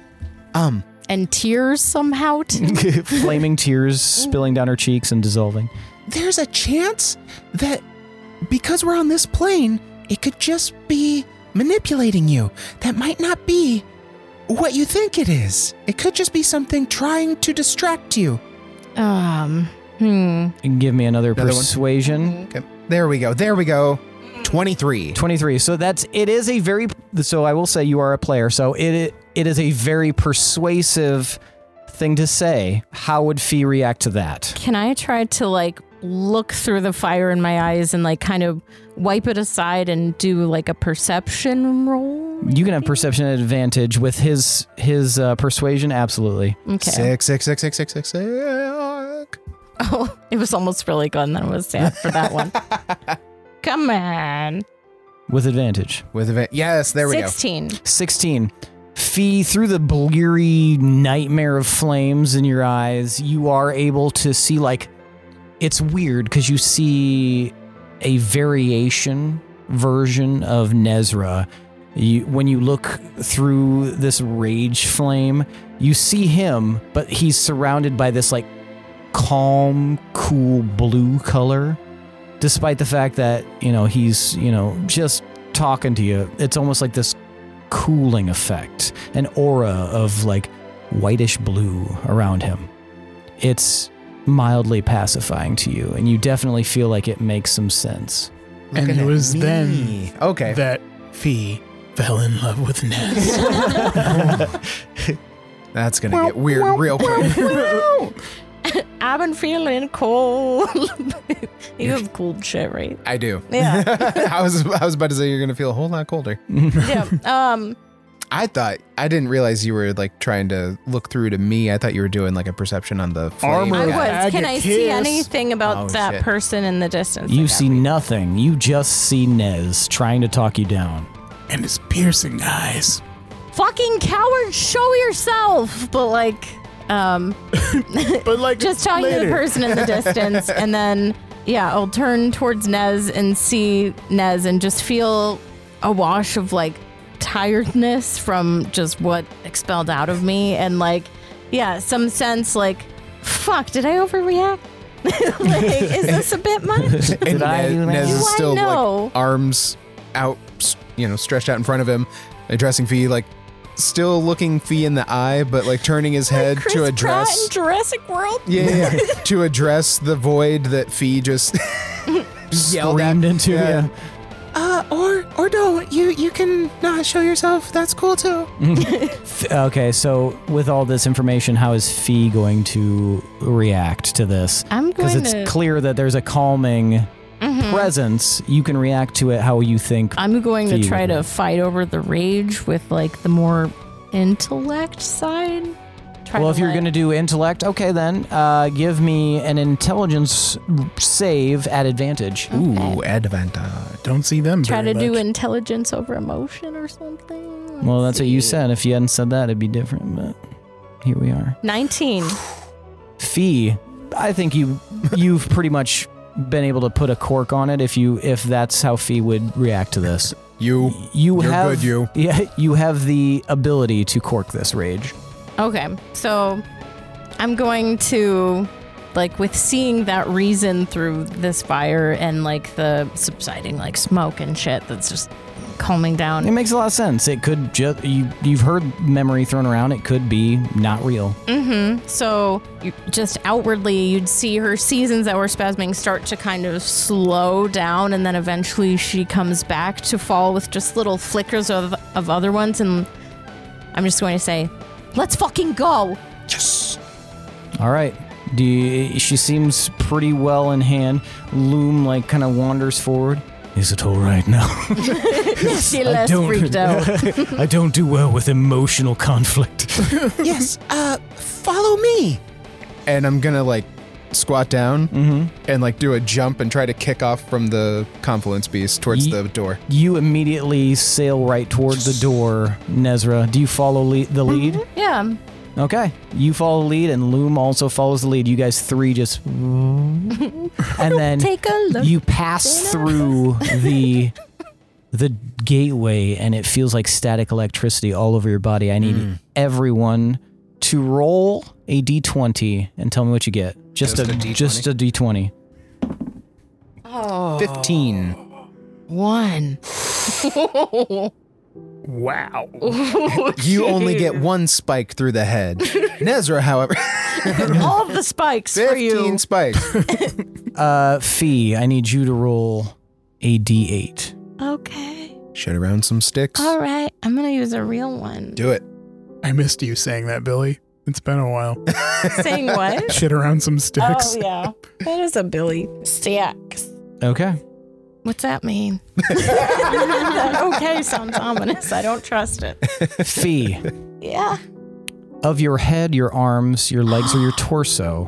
Speaker 8: Um,
Speaker 5: and tears somehow.
Speaker 8: [LAUGHS]
Speaker 1: [LAUGHS]
Speaker 5: too.
Speaker 1: Flaming tears spilling down her cheeks and dissolving.
Speaker 3: There's a chance that because we're on this plane, it could just be manipulating you. That might not be what you think it is. It could just be something trying to distract you.
Speaker 5: um. Hmm.
Speaker 1: Give me another,
Speaker 8: Another one.
Speaker 1: persuasion.
Speaker 8: okay. There we go. There we go. 23.
Speaker 1: 23. So that's it is a very so I will say you are a player. So it it is a very persuasive thing to say. How would Fee react to that?
Speaker 5: Can I try to like look through the fire in my eyes and like kind of wipe it aside and do like a perception roll? [LAUGHS]
Speaker 1: You can have perception advantage with his his uh, persuasion absolutely.
Speaker 5: Okay.
Speaker 8: Six, six, six, six, six, six, six.
Speaker 5: Oh, it was almost really good, and then it was sad for
Speaker 8: [LAUGHS]
Speaker 5: that one. Come on.
Speaker 1: With advantage.
Speaker 8: With event. Yes, there we
Speaker 5: 16.
Speaker 1: 16. Fee, through the bleary nightmare of flames in your eyes, you are able to see, like, it's weird because you see a variation version of Nezra. You, when you look through this rage flame, you see him, but he's surrounded by this, like, calm, cool blue color. Despite the fact that, you know, he's, you know, just talking to you, it's almost like this cooling effect, an aura of like whitish blue around him. It's mildly pacifying to you, and you definitely feel like it makes some sense.
Speaker 8: go.
Speaker 4: And
Speaker 8: Looking
Speaker 4: it
Speaker 8: at
Speaker 4: was then
Speaker 8: Okay.
Speaker 4: that Fee fell in love with Ness.
Speaker 1: [LAUGHS]
Speaker 8: That's going to get weird real
Speaker 5: [LAUGHS]
Speaker 8: quick.
Speaker 5: I've been feeling cold. [LAUGHS] you have cold shit, right?
Speaker 8: I do.
Speaker 5: Yeah.
Speaker 8: [LAUGHS] I was I was about to say you're going to feel a whole
Speaker 1: [LAUGHS]
Speaker 8: lot colder.
Speaker 5: yeah. Um,
Speaker 8: I thought I didn't realize you were like trying to look through to me. I thought you were doing like a perception on the flame
Speaker 5: I
Speaker 4: Armor.
Speaker 8: guy.
Speaker 5: was. Can I see
Speaker 4: Agakiss.
Speaker 5: anything about
Speaker 8: Oh,
Speaker 5: that
Speaker 8: shit.
Speaker 5: person in the distance?
Speaker 1: You
Speaker 5: Like,
Speaker 1: see nothing. You just see Nez trying to talk you down.
Speaker 4: [LAUGHS] and his piercing eyes.
Speaker 5: Fucking coward, show yourself! But like, um,
Speaker 4: [LAUGHS] But like
Speaker 5: just talking to the
Speaker 4: later.
Speaker 5: person in the distance and then yeah i'll turn towards nez and see nez and just feel a wash of like tiredness from just what expelled out of me and like yeah, some sense like, fuck, did I overreact? [LAUGHS]
Speaker 8: [LAUGHS]
Speaker 5: like, is this a bit much?
Speaker 8: and Ne- Nez
Speaker 5: Do
Speaker 8: is
Speaker 5: I
Speaker 8: still
Speaker 5: know?
Speaker 8: like arms out, s- you know, stretched out in front of him, addressing Fee, like still looking Fee in the eye, but like turning
Speaker 5: [LAUGHS]
Speaker 8: his head to address.
Speaker 5: Jurassic World.
Speaker 8: Yeah, yeah,
Speaker 5: [LAUGHS]
Speaker 8: yeah. to address the void that Fee just
Speaker 1: [LAUGHS]
Speaker 8: [LAUGHS]
Speaker 1: Yelled at-
Speaker 8: screamed into.
Speaker 1: yeah.
Speaker 3: Uh, or or no, you you can not show yourself. That's
Speaker 8: [LAUGHS]
Speaker 3: cool too.
Speaker 1: F- okay, so with all this information, how is Fee going to react to this?
Speaker 5: I'm
Speaker 1: Because
Speaker 5: going
Speaker 1: it's
Speaker 5: to- Mm-hmm.
Speaker 1: clear that there's a calming presence. You can react to it how you think.
Speaker 5: I'm going to
Speaker 1: Fee
Speaker 5: try
Speaker 1: would
Speaker 5: to
Speaker 1: react.
Speaker 5: fight over the rage with like the more intellect side. Try
Speaker 1: well,
Speaker 5: to
Speaker 1: if you're
Speaker 5: let-
Speaker 1: going to do intellect, okay, then uh, give me an intelligence save at advantage.
Speaker 8: Ooh, advantage.
Speaker 4: Don't see them.
Speaker 5: try to
Speaker 4: very
Speaker 5: do
Speaker 4: much.
Speaker 5: intelligence over emotion or something.
Speaker 1: Well, that's what you said. If you hadn't said that, it'd be different. But here we are.
Speaker 5: 19.
Speaker 1: Fee, I think you you've [LAUGHS] pretty much been able to put a cork on it if you if that's how Fee would react to this.
Speaker 8: You,
Speaker 1: You
Speaker 8: You're
Speaker 1: have
Speaker 8: good, you.
Speaker 1: [LAUGHS] Yeah, you have the ability to cork this rage.
Speaker 5: Okay. So I'm going to like with seeing that reason through this fire and like the subsiding like smoke and shit that's just calming
Speaker 1: It
Speaker 5: down.
Speaker 1: makes a lot of sense. It could just you you've heard memory thrown around. It could be not real.
Speaker 5: Mhm. So you, just outwardly you'd see her seasons that were spasming start to kind of slow down and then eventually she comes back to fall with just little flickers of of other ones and I'm just going to say, "Let's fucking go."
Speaker 1: All right. Do you, she seems pretty well in hand. Loom like kind of wanders forward.
Speaker 10: Is it all right
Speaker 1: [LAUGHS]
Speaker 10: now?
Speaker 7: [LAUGHS]
Speaker 5: she less freaked
Speaker 10: [LAUGHS]
Speaker 5: out.
Speaker 10: I don't do well with emotional conflict.
Speaker 3: yes. Uh, follow me.
Speaker 8: and I'm gonna like squat down
Speaker 1: Mm-hmm.
Speaker 8: and like do a jump and try to kick off from the confluence beast towards
Speaker 1: Ye-
Speaker 8: the door.
Speaker 1: You immediately sail right toward the door, Nezra. Do you follow le- the lead?
Speaker 5: Yeah.
Speaker 1: Okay. You follow the lead, and Loom also follows the lead. You guys three just. And then
Speaker 5: Take a look.
Speaker 1: you pass through the. The gateway, and it feels like static electricity all over your body. I need everyone to roll a d20 and tell me what you get. Just,
Speaker 8: Just
Speaker 1: a,
Speaker 8: a D20?
Speaker 1: just a d20.
Speaker 7: [LAUGHS]
Speaker 5: Oh.
Speaker 8: Fifteen.
Speaker 5: One.
Speaker 4: Wow.
Speaker 7: Oh,
Speaker 8: You only get one spike through the head. Nezra, however,
Speaker 7: All of the spikes for you.
Speaker 8: fifteen
Speaker 1: Oh,
Speaker 8: spikes.
Speaker 1: [LAUGHS] Uh, Fee, I need you to roll a d8.
Speaker 5: Okay.
Speaker 8: Shut around some sticks.
Speaker 5: All right. I'm going to use a real one.
Speaker 8: Do it.
Speaker 4: I missed you saying that, Billy. It's been a
Speaker 7: [LAUGHS]
Speaker 4: while.
Speaker 5: Saying what?
Speaker 4: Shit around some sticks.
Speaker 7: Oh yeah,
Speaker 5: that is a Billy. Stacks.
Speaker 4: [LAUGHS]
Speaker 1: Okay.
Speaker 5: What's that [LAUGHS] mean? That okay sounds ominous. I don't trust it.
Speaker 1: Fee, [LAUGHS]
Speaker 5: Yeah.
Speaker 1: of your head, your arms, your legs,
Speaker 6: [GASPS]
Speaker 1: or your torso,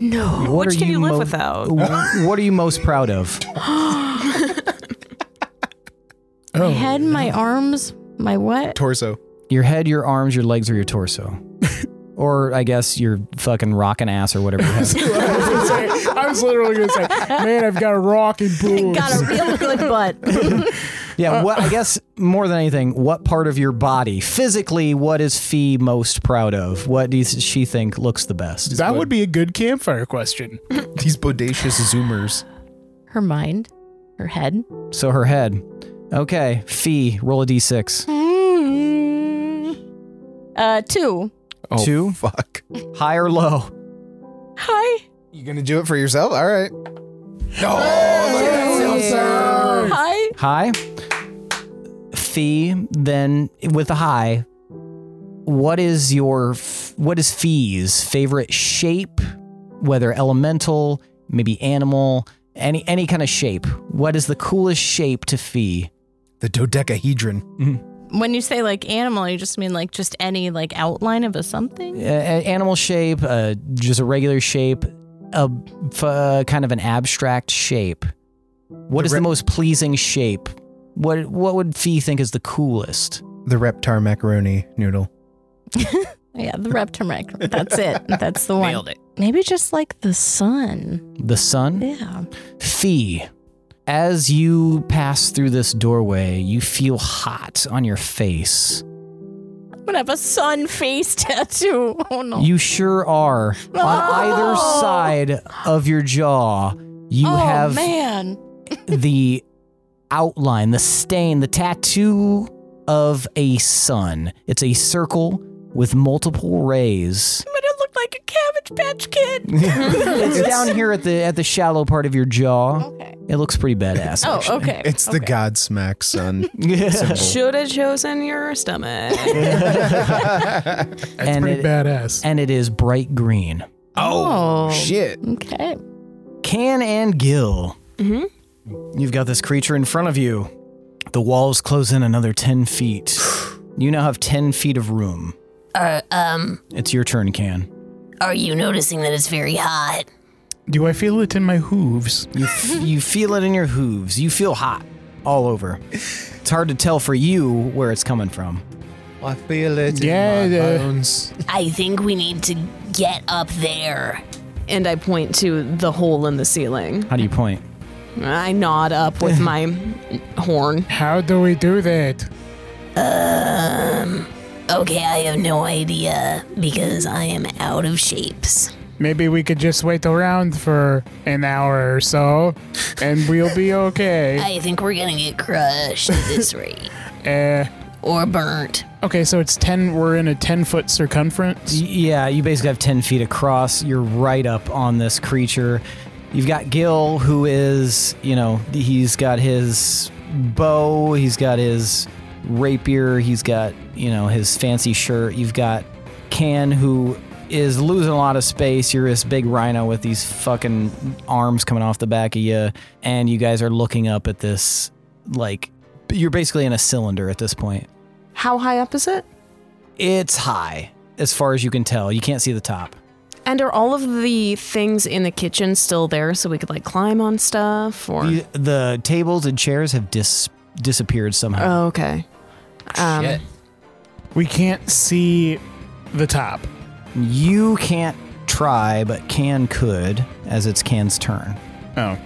Speaker 5: No.
Speaker 1: what
Speaker 6: Which
Speaker 1: are
Speaker 6: can
Speaker 1: you,
Speaker 6: you live
Speaker 1: mo-
Speaker 6: without?
Speaker 1: wh- what are you most proud of?
Speaker 5: [GASPS] My
Speaker 4: Oh,
Speaker 5: head,
Speaker 1: Oh,
Speaker 5: my arms, my what?
Speaker 8: Torso.
Speaker 1: Your head, your arms, your legs, or your torso?
Speaker 4: [LAUGHS]
Speaker 1: or I guess your fucking rockin' ass or whatever. You
Speaker 4: [LAUGHS]
Speaker 1: have.
Speaker 4: I was gonna say- I was literally going to say, man, I've got a rock and boom.
Speaker 7: [LAUGHS] got a real good butt.
Speaker 1: yeah. What I guess more than anything, what part of your body, physically, what is Fee most proud of? What does she think looks the best?
Speaker 4: That would be a good campfire
Speaker 1: [LAUGHS]
Speaker 4: question.
Speaker 8: These bodacious zoomers.
Speaker 5: Her mind, her head.
Speaker 1: So her head. Okay, Fee, roll a d6.
Speaker 5: Uh, two.
Speaker 8: Oh,
Speaker 1: Two?
Speaker 8: Fuck.
Speaker 1: High or low?
Speaker 5: Hi.
Speaker 8: You gonna do it for yourself? All right. No.
Speaker 5: Hi.
Speaker 1: High. Fee, then with a high, what is your f- what is Fee's favorite shape? Whether elemental, maybe animal, any any kind of shape. What is the coolest shape to Fee? Mm-hmm.
Speaker 8: the dodecahedron.
Speaker 5: When you say like animal, you just mean like just any like outline of a something?
Speaker 1: A- a- animal shape, uh, just a regular shape, a f- uh, kind of an abstract shape. What
Speaker 8: The
Speaker 1: is
Speaker 8: re-
Speaker 1: the most pleasing shape? What what would Fee think is the coolest?
Speaker 8: The reptar macaroni noodle.
Speaker 5: Yeah, the reptar micro. That's it. That's the one. Maybe just like the sun.
Speaker 1: The sun?
Speaker 5: Yeah.
Speaker 1: Fee, as you pass through this doorway, you feel hot on your face.
Speaker 7: gonna have a sun
Speaker 5: [LAUGHS]
Speaker 7: face tattoo. Oh no.
Speaker 1: You sure are.
Speaker 7: No.
Speaker 1: On either
Speaker 5: Oh.
Speaker 1: side of your jaw, you
Speaker 7: oh
Speaker 1: have
Speaker 7: man.
Speaker 1: [LAUGHS] the outline, the stain, the tattoo of a sun. It's a circle with multiple
Speaker 7: [LAUGHS]
Speaker 1: rays.
Speaker 7: I'm gonna look like a cabbage patch
Speaker 8: [LAUGHS]
Speaker 7: kid.
Speaker 1: [LAUGHS] it's down here at the at the shallow part of your jaw.
Speaker 7: Okay.
Speaker 1: It looks pretty badass.
Speaker 7: Oh,
Speaker 1: actually.
Speaker 7: okay.
Speaker 8: It's the
Speaker 1: [LAUGHS]
Speaker 8: Godsmack son. symbol.
Speaker 6: Should have chosen your
Speaker 2: [LAUGHS]
Speaker 6: stomach.
Speaker 4: That's
Speaker 1: And
Speaker 4: pretty
Speaker 1: it-
Speaker 4: badass.
Speaker 1: And it is bright green.
Speaker 8: Oh, shit.
Speaker 7: Okay.
Speaker 1: Can and Gill.
Speaker 6: Mhm.
Speaker 1: You've got this creature in front of you. The walls close in another 10 feet. you now have 10 feet of room.
Speaker 2: Are um
Speaker 1: It's your turn, Can.
Speaker 2: are you noticing that it's very hot?
Speaker 4: Do I feel it in my hooves?
Speaker 1: You, f- you feel it in your hooves. You feel hot all over. It's hard to tell for you where it's coming from.
Speaker 8: I feel it
Speaker 4: Yeah,
Speaker 8: in my
Speaker 4: the-
Speaker 8: bones.
Speaker 2: I think we need to get up there.
Speaker 6: and I point to the hole in the ceiling.
Speaker 1: How do you point?
Speaker 6: I nod up with my horn.
Speaker 4: How do we do that?
Speaker 2: Um, Okay, I have no idea because I am out of shapes.
Speaker 4: [LAUGHS] Maybe we could just wait around for an hour or so, and we'll be okay.
Speaker 7: [LAUGHS]
Speaker 2: I think we're gonna get crushed at this rate
Speaker 4: Uh,
Speaker 2: or burnt.
Speaker 4: okay, so it's ten. We're in a ten-foot circumference.
Speaker 1: Y- yeah, you basically have 10 feet across. You're right up on this creature. You've got Gil, who is, you know, he's got his bow, he's got his rapier, he's got, you know, his fancy shirt. You've got Can, who is losing a lot of space. You're this big rhino with these fucking arms coming off the back of you. And you guys are looking up at this, like, you're basically in a cylinder at this point.
Speaker 6: How high up is it?
Speaker 1: It's high, as far as you can tell. You can't see the top.
Speaker 6: And are all of the things in the kitchen still there so we could like climb on stuff or?
Speaker 1: The, the tables and chairs have dis- disappeared somehow.
Speaker 6: oh, okay. Um,
Speaker 8: Shit.
Speaker 4: We can't see the top.
Speaker 1: you can't try, but Can could, as it's Can's turn.
Speaker 4: Oh,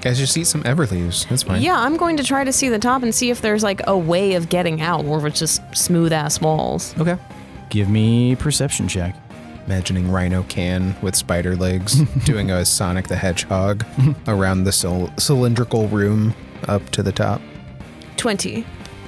Speaker 8: Guys, just eat some Everleaves. That's fine.
Speaker 6: Yeah, I'm going to try to see the top and see if there's like a way of getting out or if it's just smooth ass walls.
Speaker 1: Okay. Give me perception check.
Speaker 8: Imagining Rhino Can with
Speaker 1: [LAUGHS]
Speaker 8: spider legs doing a Sonic the Hedgehog around the cyl- cylindrical room up to the top.
Speaker 6: 20.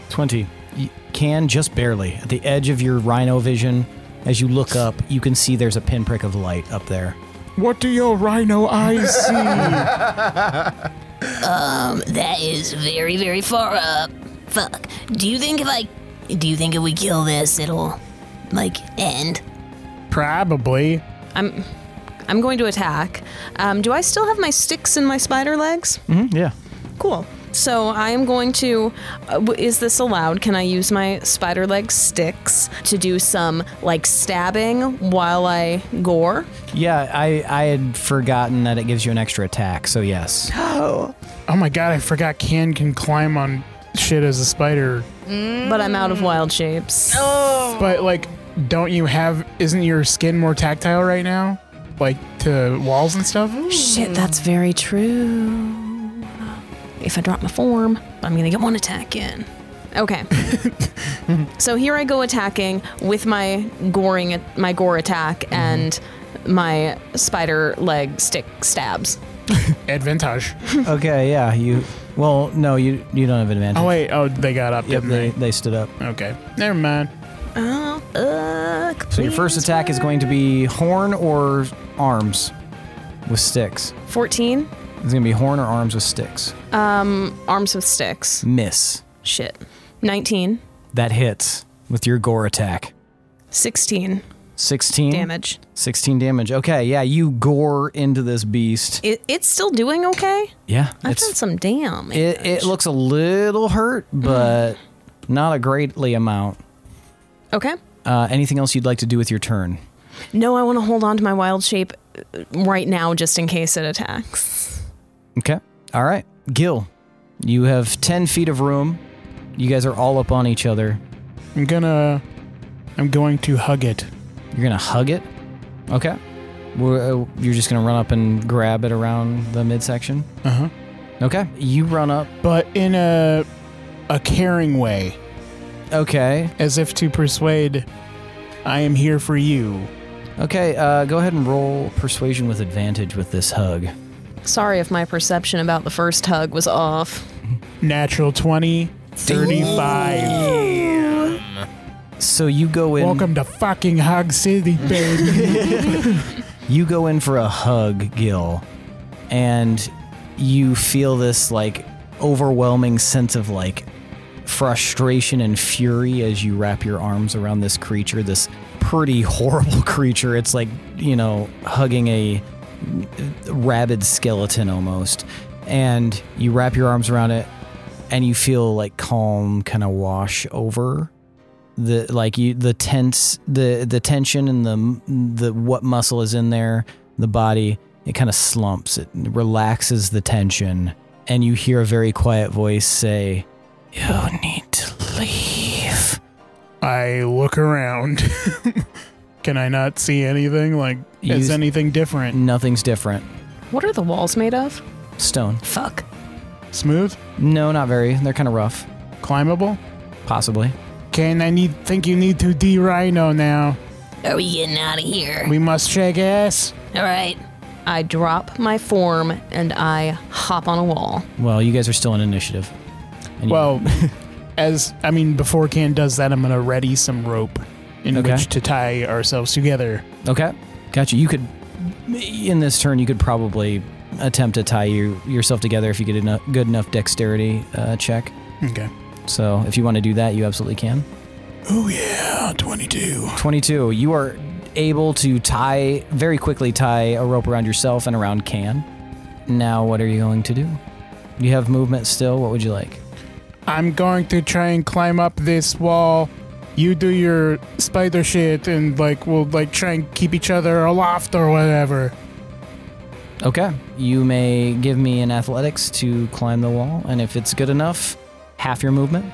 Speaker 1: 20. Y- Can just barely. At the edge of your rhino vision, as you look up, you can see there's a pinprick of light up there.
Speaker 4: what do your rhino eyes
Speaker 7: [LAUGHS]
Speaker 4: see?
Speaker 2: Um, that is very, very far up. Fuck. Do you think if I do you think if we kill this it'll like end?
Speaker 4: Probably.
Speaker 6: I'm I'm going to attack. Um, do I still have my sticks and my spider legs?
Speaker 1: [LAUGHS] Mm-hmm, yeah.
Speaker 6: Cool. So I am going to. Uh, w- is this allowed? Can I use my spider leg sticks to do some like stabbing while I gore?
Speaker 1: Yeah, I, I had forgotten that it gives you an extra attack, so yes.
Speaker 4: Oh my god, I forgot Can can climb on shit as a spider.
Speaker 6: But I'm out of
Speaker 7: Mm.
Speaker 6: wild shapes.
Speaker 4: But like, don't you have? Isn't your skin more tactile right now? Like to walls and stuff.
Speaker 6: Shit, that's very true. If I drop my form, I'm gonna get one attack in. Okay. so here I go attacking with my goring my gore attack and my spider leg stick stabs.
Speaker 4: Advantage.
Speaker 1: [LAUGHS] okay, yeah, you. Well, no, you you don't have an advantage.
Speaker 4: Oh wait. Oh, they got up,
Speaker 1: Yep,
Speaker 4: didn't
Speaker 1: they,
Speaker 4: they?
Speaker 1: they stood up.
Speaker 4: Okay. Never mind.
Speaker 6: Oh, fuck,
Speaker 1: So your first
Speaker 6: please
Speaker 1: attack is going to be horn or arms with sticks.
Speaker 6: 14
Speaker 1: It's going to be horn or arms with sticks.
Speaker 6: um arms with sticks
Speaker 1: Mm. Miss.
Speaker 6: shit 19
Speaker 1: That hits with your gore attack.
Speaker 6: 16
Speaker 1: 16
Speaker 6: damage
Speaker 1: 16 damage. Okay, yeah, you gore into this beast.
Speaker 6: it, it's still doing okay
Speaker 1: Yeah,
Speaker 6: i done some damn
Speaker 1: it, it looks a little hurt, but not a greatly amount.
Speaker 6: okay
Speaker 1: Uh, anything else you'd like to do with your turn?
Speaker 6: no i want to hold on to my wild shape uh, right now just in case it attacks
Speaker 1: Okay. All right. Gil, you have 10 feet of room. You guys are all up on each other.
Speaker 4: I'm gonna. I'm going to hug it.
Speaker 1: You're gonna hug it. Okay. We're, uh, you're just gonna run up and grab it around the midsection.
Speaker 4: Uh huh.
Speaker 1: Okay. You run up.
Speaker 4: But in a a caring way.
Speaker 1: Okay.
Speaker 4: As if to persuade, I am here for you.
Speaker 1: Okay, uh, go ahead and roll persuasion with advantage with this hug.
Speaker 6: Sorry if my perception about the first hug was off.
Speaker 4: Natural 20, 35.
Speaker 1: So you go in.
Speaker 4: Welcome to fucking Hog City,
Speaker 1: [LAUGHS]
Speaker 4: baby.
Speaker 1: you go in for a hug, Gil, and you feel this like overwhelming sense of like frustration and fury as you wrap your arms around this creature, this pretty [LAUGHS] horrible creature. It's like, you know, hugging a rabid skeleton almost. And you wrap your arms around it and you feel like calm kind of wash over the like you the tense the the tension and the the what muscle is in there the body it kind of slumps it relaxes the tension and you hear a very quiet voice say you need to leave
Speaker 4: I look around. [LAUGHS] Can I not see anything? Like, is
Speaker 1: Use-
Speaker 4: anything different?
Speaker 1: nothing's different
Speaker 6: What are the walls made of?
Speaker 1: stone
Speaker 6: Fuck.
Speaker 4: Smooth?
Speaker 1: no not very they're kind of rough
Speaker 4: Climbable?
Speaker 1: possibly
Speaker 4: Kane, I need think you need to D Rhino now.
Speaker 2: Are we getting out of here?
Speaker 4: We must shake ass.
Speaker 2: All right.
Speaker 6: I drop my form and I hop on a wall.
Speaker 1: well you guys are still in initiative and you-
Speaker 4: Well, [LAUGHS] as I mean, before Can does that, I'm gonna ready some rope in
Speaker 1: Okay.
Speaker 4: which to tie ourselves together.
Speaker 1: Okay, gotcha. You could, in this turn, you could probably attempt to tie you, yourself together if you get a no- good enough dexterity uh, check.
Speaker 4: Okay.
Speaker 1: So if you want to do that, you absolutely can.
Speaker 4: Oh yeah, 22.
Speaker 1: 22, you are able to tie, very quickly tie a rope around yourself and around Can. Now, what are you going to do? You have movement still. What would you like?
Speaker 4: I'm going to try and climb up this wall. You do your spider shit, and like we'll like try and keep each other aloft or whatever.
Speaker 1: Okay. You may give me an athletics to climb the wall, and if it's good enough, half your movement.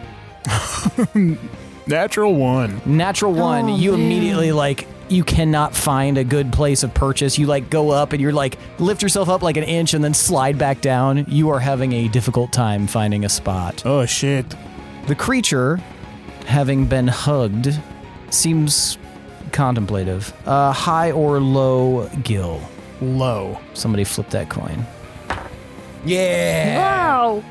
Speaker 4: Natural one.
Speaker 1: Natural one,
Speaker 5: Oh,
Speaker 1: you
Speaker 5: man.
Speaker 1: immediately like you cannot find a good place of purchase. You like go up and you're like lift yourself up like an inch and then slide back down. You are having a difficult time finding a spot.
Speaker 4: Oh shit.
Speaker 1: The creature, having been hugged, seems contemplative. Uh, high or low gill.
Speaker 4: Low.
Speaker 1: Somebody flip that coin.
Speaker 8: Yeah.
Speaker 7: Wow.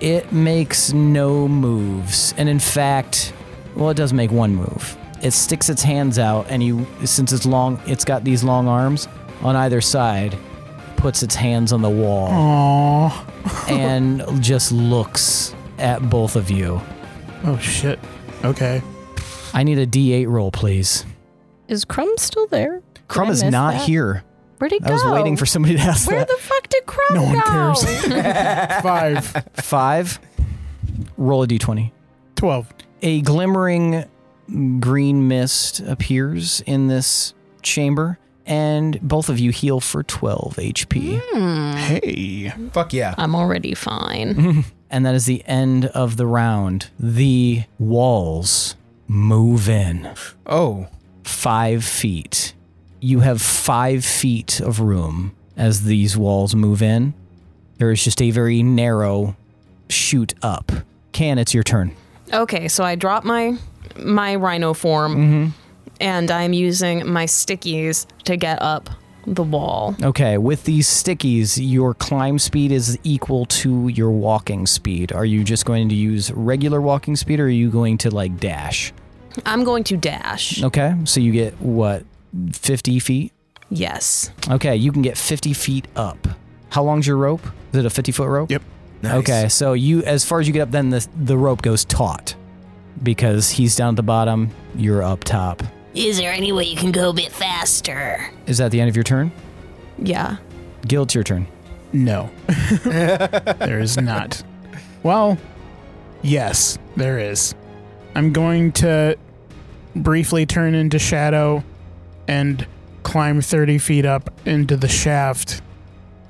Speaker 1: It makes no moves. And in fact, well, it does make one move. It sticks its hands out, and you, since it's long, it's got these long arms on either side, puts its hands on the wall
Speaker 4: Aww. [LAUGHS]
Speaker 1: and just looks at both of you.
Speaker 4: Oh shit. Okay.
Speaker 1: I need a D8 roll, please.
Speaker 7: Is Crumb still there? Did
Speaker 1: Crumb
Speaker 7: I
Speaker 1: is
Speaker 7: miss
Speaker 1: not
Speaker 7: that?
Speaker 1: here.
Speaker 7: Where'd he go?
Speaker 1: I was waiting for somebody to ask
Speaker 7: Where
Speaker 1: that.
Speaker 7: the fuck did Crumb
Speaker 4: No
Speaker 7: go?
Speaker 4: one cares.
Speaker 7: [LAUGHS]
Speaker 4: Five.
Speaker 1: Five. Roll a D20.
Speaker 4: Twelve.
Speaker 1: a glimmering green mist appears in this chamber, and both of you heal for 12 HP.
Speaker 7: Hmm.
Speaker 4: Hey.
Speaker 8: Fuck yeah.
Speaker 6: I'm already fine.
Speaker 1: [LAUGHS]
Speaker 4: [LAUGHS]
Speaker 1: And that is the end of the round. The walls move in
Speaker 8: Oh.
Speaker 1: five feet. You have five feet of room as these walls move in. There is just a very narrow shoot up. Can, it's your turn.
Speaker 6: okay, so I drop my my rhino form
Speaker 4: Mm-hmm.
Speaker 6: and I'm using my stickies to get up the wall.
Speaker 1: Okay, with these stickies, your climb speed is equal to your walking speed. Are you just going to use regular walking speed or are you going to like dash?
Speaker 6: I'm going to dash.
Speaker 1: Okay, so you get what, 50 feet?
Speaker 6: Yes.
Speaker 1: Okay, you can get 50 feet up. How long's your rope? Is it a 50 foot rope?
Speaker 4: Yep.
Speaker 8: Nice.
Speaker 1: Okay, so you, as far as you get up, then the, the rope goes taut because he's down at the bottom, you're up top.
Speaker 2: Is there any way you can go a bit faster?
Speaker 1: Is that the end of your turn?
Speaker 6: Yeah.
Speaker 1: Gil, it's your turn.
Speaker 4: No. [LAUGHS] there is not. Well, yes, there is. I'm going to briefly turn into shadow and climb 30 feet up into the shaft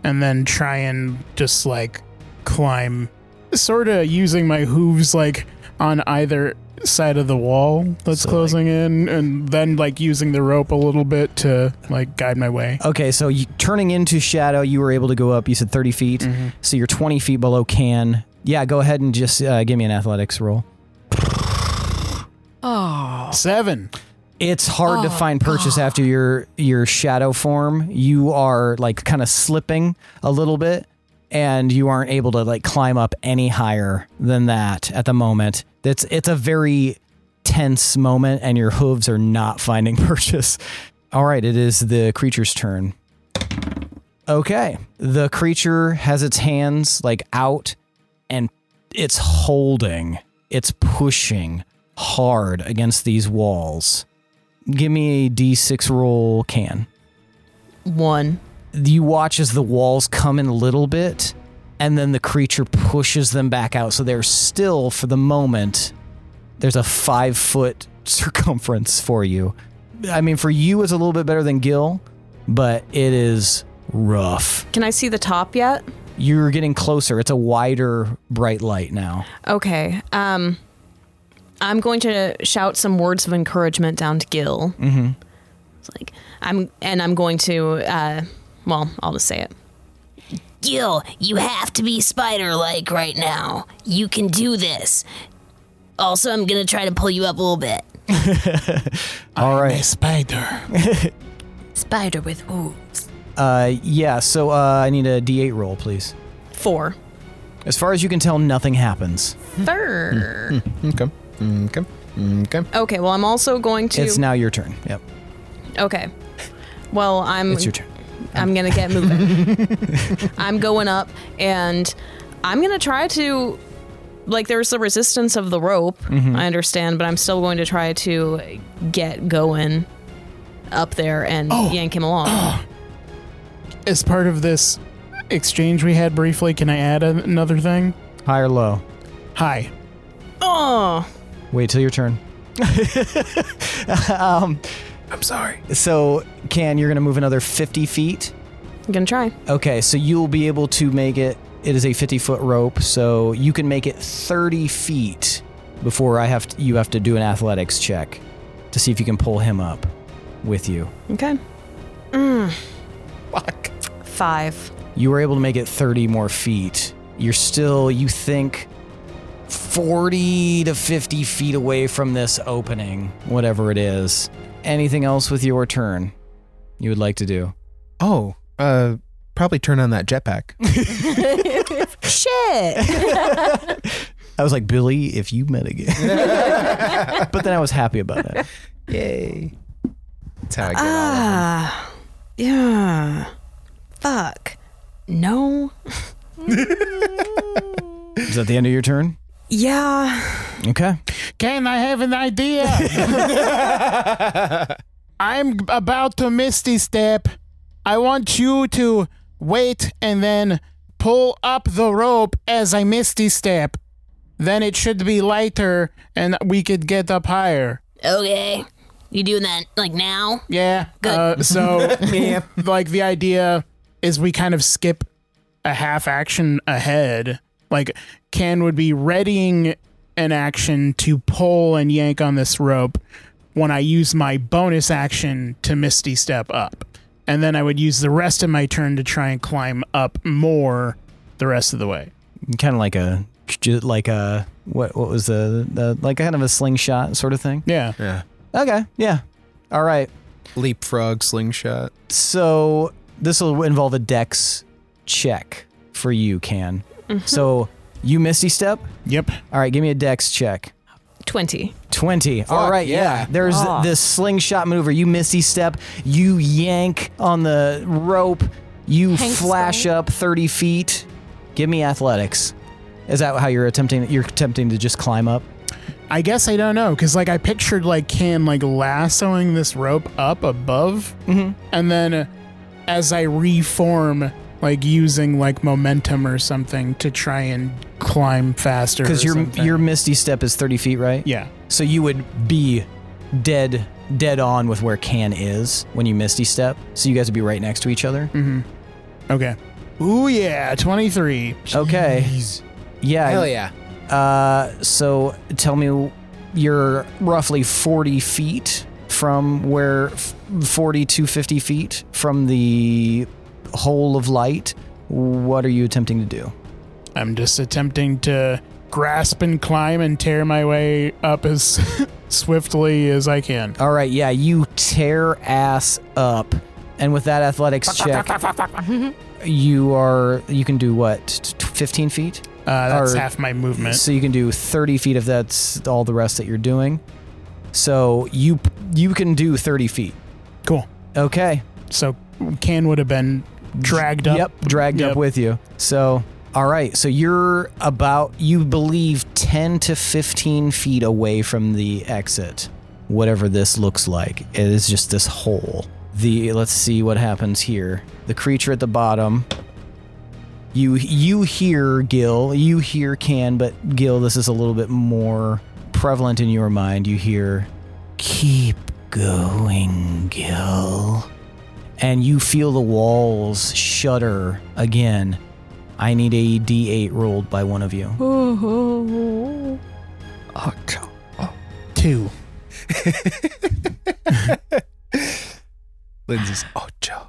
Speaker 4: and then try and just like climb sort of using my hooves like on either side of the wall that's
Speaker 1: So, like-
Speaker 4: closing in and then like using the rope a little bit to like guide my way.
Speaker 1: Okay, so you, turning into shadow, you were able to go up. You said thirty feet,
Speaker 4: Mm-hmm.
Speaker 1: so you're twenty feet below. Can yeah, go ahead and just uh, give me an athletics roll.
Speaker 5: Oh.
Speaker 4: Seven.
Speaker 1: It's hard to find purchase after your your shadow form. You are like kind of slipping a little bit, and you aren't able to like climb up any higher than that at the moment. It's it's a very tense moment, and your hooves are not finding [LAUGHS] purchase. All right, it is the creature's turn. Okay. The creature has its hands like out and it's holding, it's pushing hard against these walls. Give me a d6 roll, can.
Speaker 6: One.
Speaker 1: You watch as the walls come in a little bit and then the creature pushes them back out. So they're still, for the moment, there's a five foot [LAUGHS] circumference for you. I mean, for you, it's a little bit better than Gil, but it is rough.
Speaker 6: Can I see the top yet?
Speaker 1: You're getting closer. It's a wider, bright light now.
Speaker 6: Okay. Um, I'm going to shout some words of encouragement down to Gil.
Speaker 1: Mm-hmm.
Speaker 6: I'm and I'm going to. Uh, well, I'll just say it.
Speaker 2: Gil, you have to be spider like right now. You can do this. Also, I'm gonna try to pull you up a little bit.
Speaker 1: All right.
Speaker 4: spider.
Speaker 2: Spider with hooves.
Speaker 1: [LAUGHS] Uh, yeah, so uh, I need a d8 roll, please.
Speaker 7: [LAUGHS]
Speaker 6: Four.
Speaker 1: As far as you can tell, nothing happens.
Speaker 6: Third.
Speaker 8: Mm-hmm. Okay. Okay. Okay.
Speaker 6: Okay. Well, I'm also going to.
Speaker 1: It's now your turn. Yep.
Speaker 6: Okay. Well, I'm.
Speaker 1: It's your turn.
Speaker 6: I'm gonna
Speaker 1: [LAUGHS]
Speaker 6: get moving. I'm going up, and I'm gonna try to. Like, there's the resistance of the rope.
Speaker 1: Mhm.
Speaker 6: I understand, but I'm still going to try to get going up there and
Speaker 1: Oh.
Speaker 6: yank him along.
Speaker 1: [CLEARS THROAT]
Speaker 4: As part of this exchange we had briefly, can I add a- another thing?
Speaker 1: High or low?
Speaker 4: Hi.
Speaker 6: oh.
Speaker 1: Wait till your turn. [LAUGHS] um,
Speaker 8: I'm sorry.
Speaker 1: so, Can, you're going to move another 50 feet.
Speaker 6: I'm gonna try.
Speaker 1: Okay, so you'll be able to make it. It is a 50 foot rope, so you can make it 30 feet before I have to, you have to do an athletics check to see if you can pull him up with you.
Speaker 6: Okay. Mm. Fuck. Five.
Speaker 1: You were able to make it 30 more feet. You're still, you think, 40 to 50 feet away from this opening, whatever it is. Anything else with your turn you would like to do?
Speaker 8: Oh, uh, probably turn on that jetpack.
Speaker 7: [LAUGHS]
Speaker 6: Shit.
Speaker 1: I was like, Billy, if you met again. but then I was happy about it.
Speaker 8: Yay. That's how I get
Speaker 7: Uh,
Speaker 6: Ah. yeah. Fuck. No.
Speaker 8: [LAUGHS]
Speaker 1: Is that the end of your turn?
Speaker 6: Yeah.
Speaker 1: Okay.
Speaker 4: Can I have an idea? I'm about to misty step. I want you to wait and then pull up the rope as I misty step. Then it should be lighter and we could get up higher.
Speaker 2: Okay. You doing that like now?
Speaker 4: Yeah. Uh,
Speaker 2: [LAUGHS]
Speaker 4: so, like, the idea is we kind of skip a half action ahead. Like, Can would be readying an action to pull and yank on this rope when I use my bonus action to Misty Step up. And then I would use the rest of my turn to try and climb up more the rest of the way.
Speaker 1: Kind of like a, like a, what, what was the, the, like kind of a slingshot sort of thing?
Speaker 4: Yeah.
Speaker 8: Yeah.
Speaker 1: Okay. Yeah. All right.
Speaker 8: Leapfrog slingshot.
Speaker 1: So this will involve a dex check for you, Can. So you misty step?
Speaker 4: Yep.
Speaker 1: All right, give me a dex check.
Speaker 6: 20.
Speaker 1: 20. All right, yeah. There's this slingshot maneuver. You misty step, you yank on the rope, you
Speaker 5: Hank
Speaker 1: flash
Speaker 5: style.
Speaker 1: up 30 feet. Give me athletics. Is that how you're attempting you're attempting to just climb up?
Speaker 4: I guess I don't know because like I pictured like Can like lassoing this rope up above,
Speaker 1: Mhm.
Speaker 4: and then uh, as I reform, like using like momentum or something to try and climb faster.
Speaker 1: Cuz
Speaker 4: Because
Speaker 1: your your misty step is 30 feet, right?
Speaker 4: yeah
Speaker 1: So you would be dead dead on with where Can is when you misty step. So you guys would be right next to each other.
Speaker 4: mm-hmm. okay. Ooh yeah, twenty three.
Speaker 1: Okay. Yeah.
Speaker 8: Hell yeah.
Speaker 1: Uh, so tell me, you're roughly 40 feet from where, f- 40 to 50 feet from the hole of light. What are you attempting to do?
Speaker 4: I'm just attempting to grasp and climb and tear my way up as [LAUGHS] swiftly as I can.
Speaker 1: All right, yeah, you tear ass up, and with that athletics check,
Speaker 4: [LAUGHS]
Speaker 1: you are you can do what, t- t- fifteen feet?
Speaker 4: Uh, that's half my movement.
Speaker 1: So you can do thirty feet if that's all the rest that you're doing. So you you can do thirty feet.
Speaker 4: Cool.
Speaker 1: Okay.
Speaker 4: So can would have been dragged up.
Speaker 1: Yep, dragged
Speaker 4: Yep.
Speaker 1: up with you. So, all right. So you're about, you believe, 10 to 15 feet away from the exit, whatever this looks like. It is just this hole. The let's see what happens here. The creature at the bottom. You you hear Gil, you hear Can, but Gil, this is a little bit more prevalent in your mind. You hear Keep going, Gil. And you feel the walls shudder again. I need a d8 rolled by one of you.
Speaker 7: [LAUGHS]
Speaker 4: Two.
Speaker 8: Lindsay's
Speaker 1: Oh,
Speaker 8: ocho.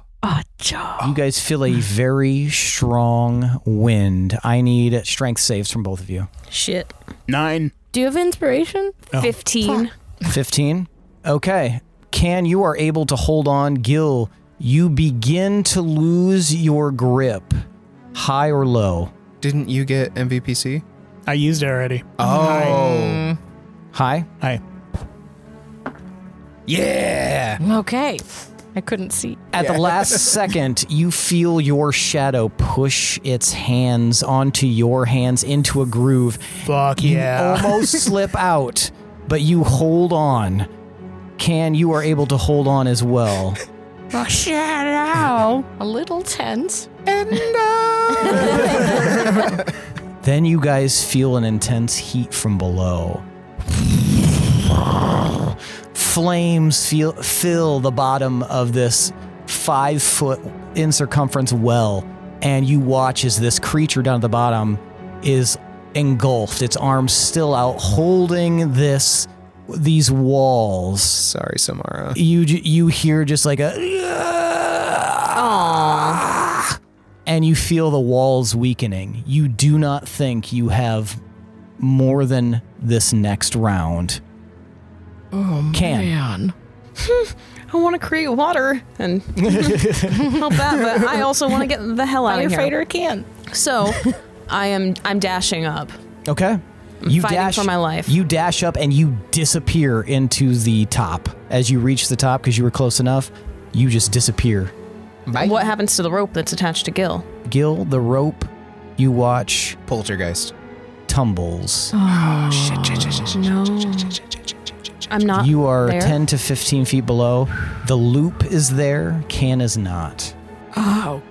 Speaker 1: You guys feel a very strong wind. I need strength saves from both of you.
Speaker 6: Shit.
Speaker 4: Nine.
Speaker 5: Do you have inspiration?
Speaker 6: 15.
Speaker 1: 15. Okay. Can you are able to hold on, Gil? You begin to lose your grip, high or low.
Speaker 8: Didn't you get MVPC?
Speaker 4: I used it already.
Speaker 8: Oh.
Speaker 1: High?
Speaker 4: Hi.
Speaker 8: Yeah.
Speaker 5: Okay. I couldn't see.
Speaker 1: At the last [LAUGHS]
Speaker 8: [LAUGHS]
Speaker 1: second, you feel your shadow push its hands onto your hands into a groove.
Speaker 4: Fuck yeah.
Speaker 1: You
Speaker 8: [LAUGHS]
Speaker 1: almost slip out, but you hold on. Can you are able to hold on as well?
Speaker 5: A little tense.
Speaker 1: uh,
Speaker 5: [LAUGHS]
Speaker 1: Then you guys feel an intense heat from below. Flames feel, fill the bottom of this five foot in circumference well, and you watch as this creature down at the bottom is engulfed, its arms still out, holding this these walls.
Speaker 8: Sorry, Samara.
Speaker 1: You ju- you hear just like a and you feel the walls weakening. You do not think you have more than this next round. Oh, Can.
Speaker 6: [LAUGHS] I want to create water
Speaker 1: [LAUGHS]
Speaker 6: and help that, but I also want to get the hell out of here.
Speaker 7: Firefighter can.
Speaker 6: So I am I'm dashing up.
Speaker 1: Okay. You
Speaker 6: fighting
Speaker 1: dash
Speaker 6: for my life.
Speaker 1: You dash up and you disappear into the top. As you reach the top, because you were close enough, you just disappear.
Speaker 6: What happens to the rope that's attached to Gil?
Speaker 1: Gil, the rope you watch
Speaker 8: Poltergeist.
Speaker 1: tumbles. Oh,
Speaker 6: I'm not.
Speaker 1: you are
Speaker 6: there.
Speaker 1: 10 to 15 feet below. The loop is there. Can is not.
Speaker 7: Oh,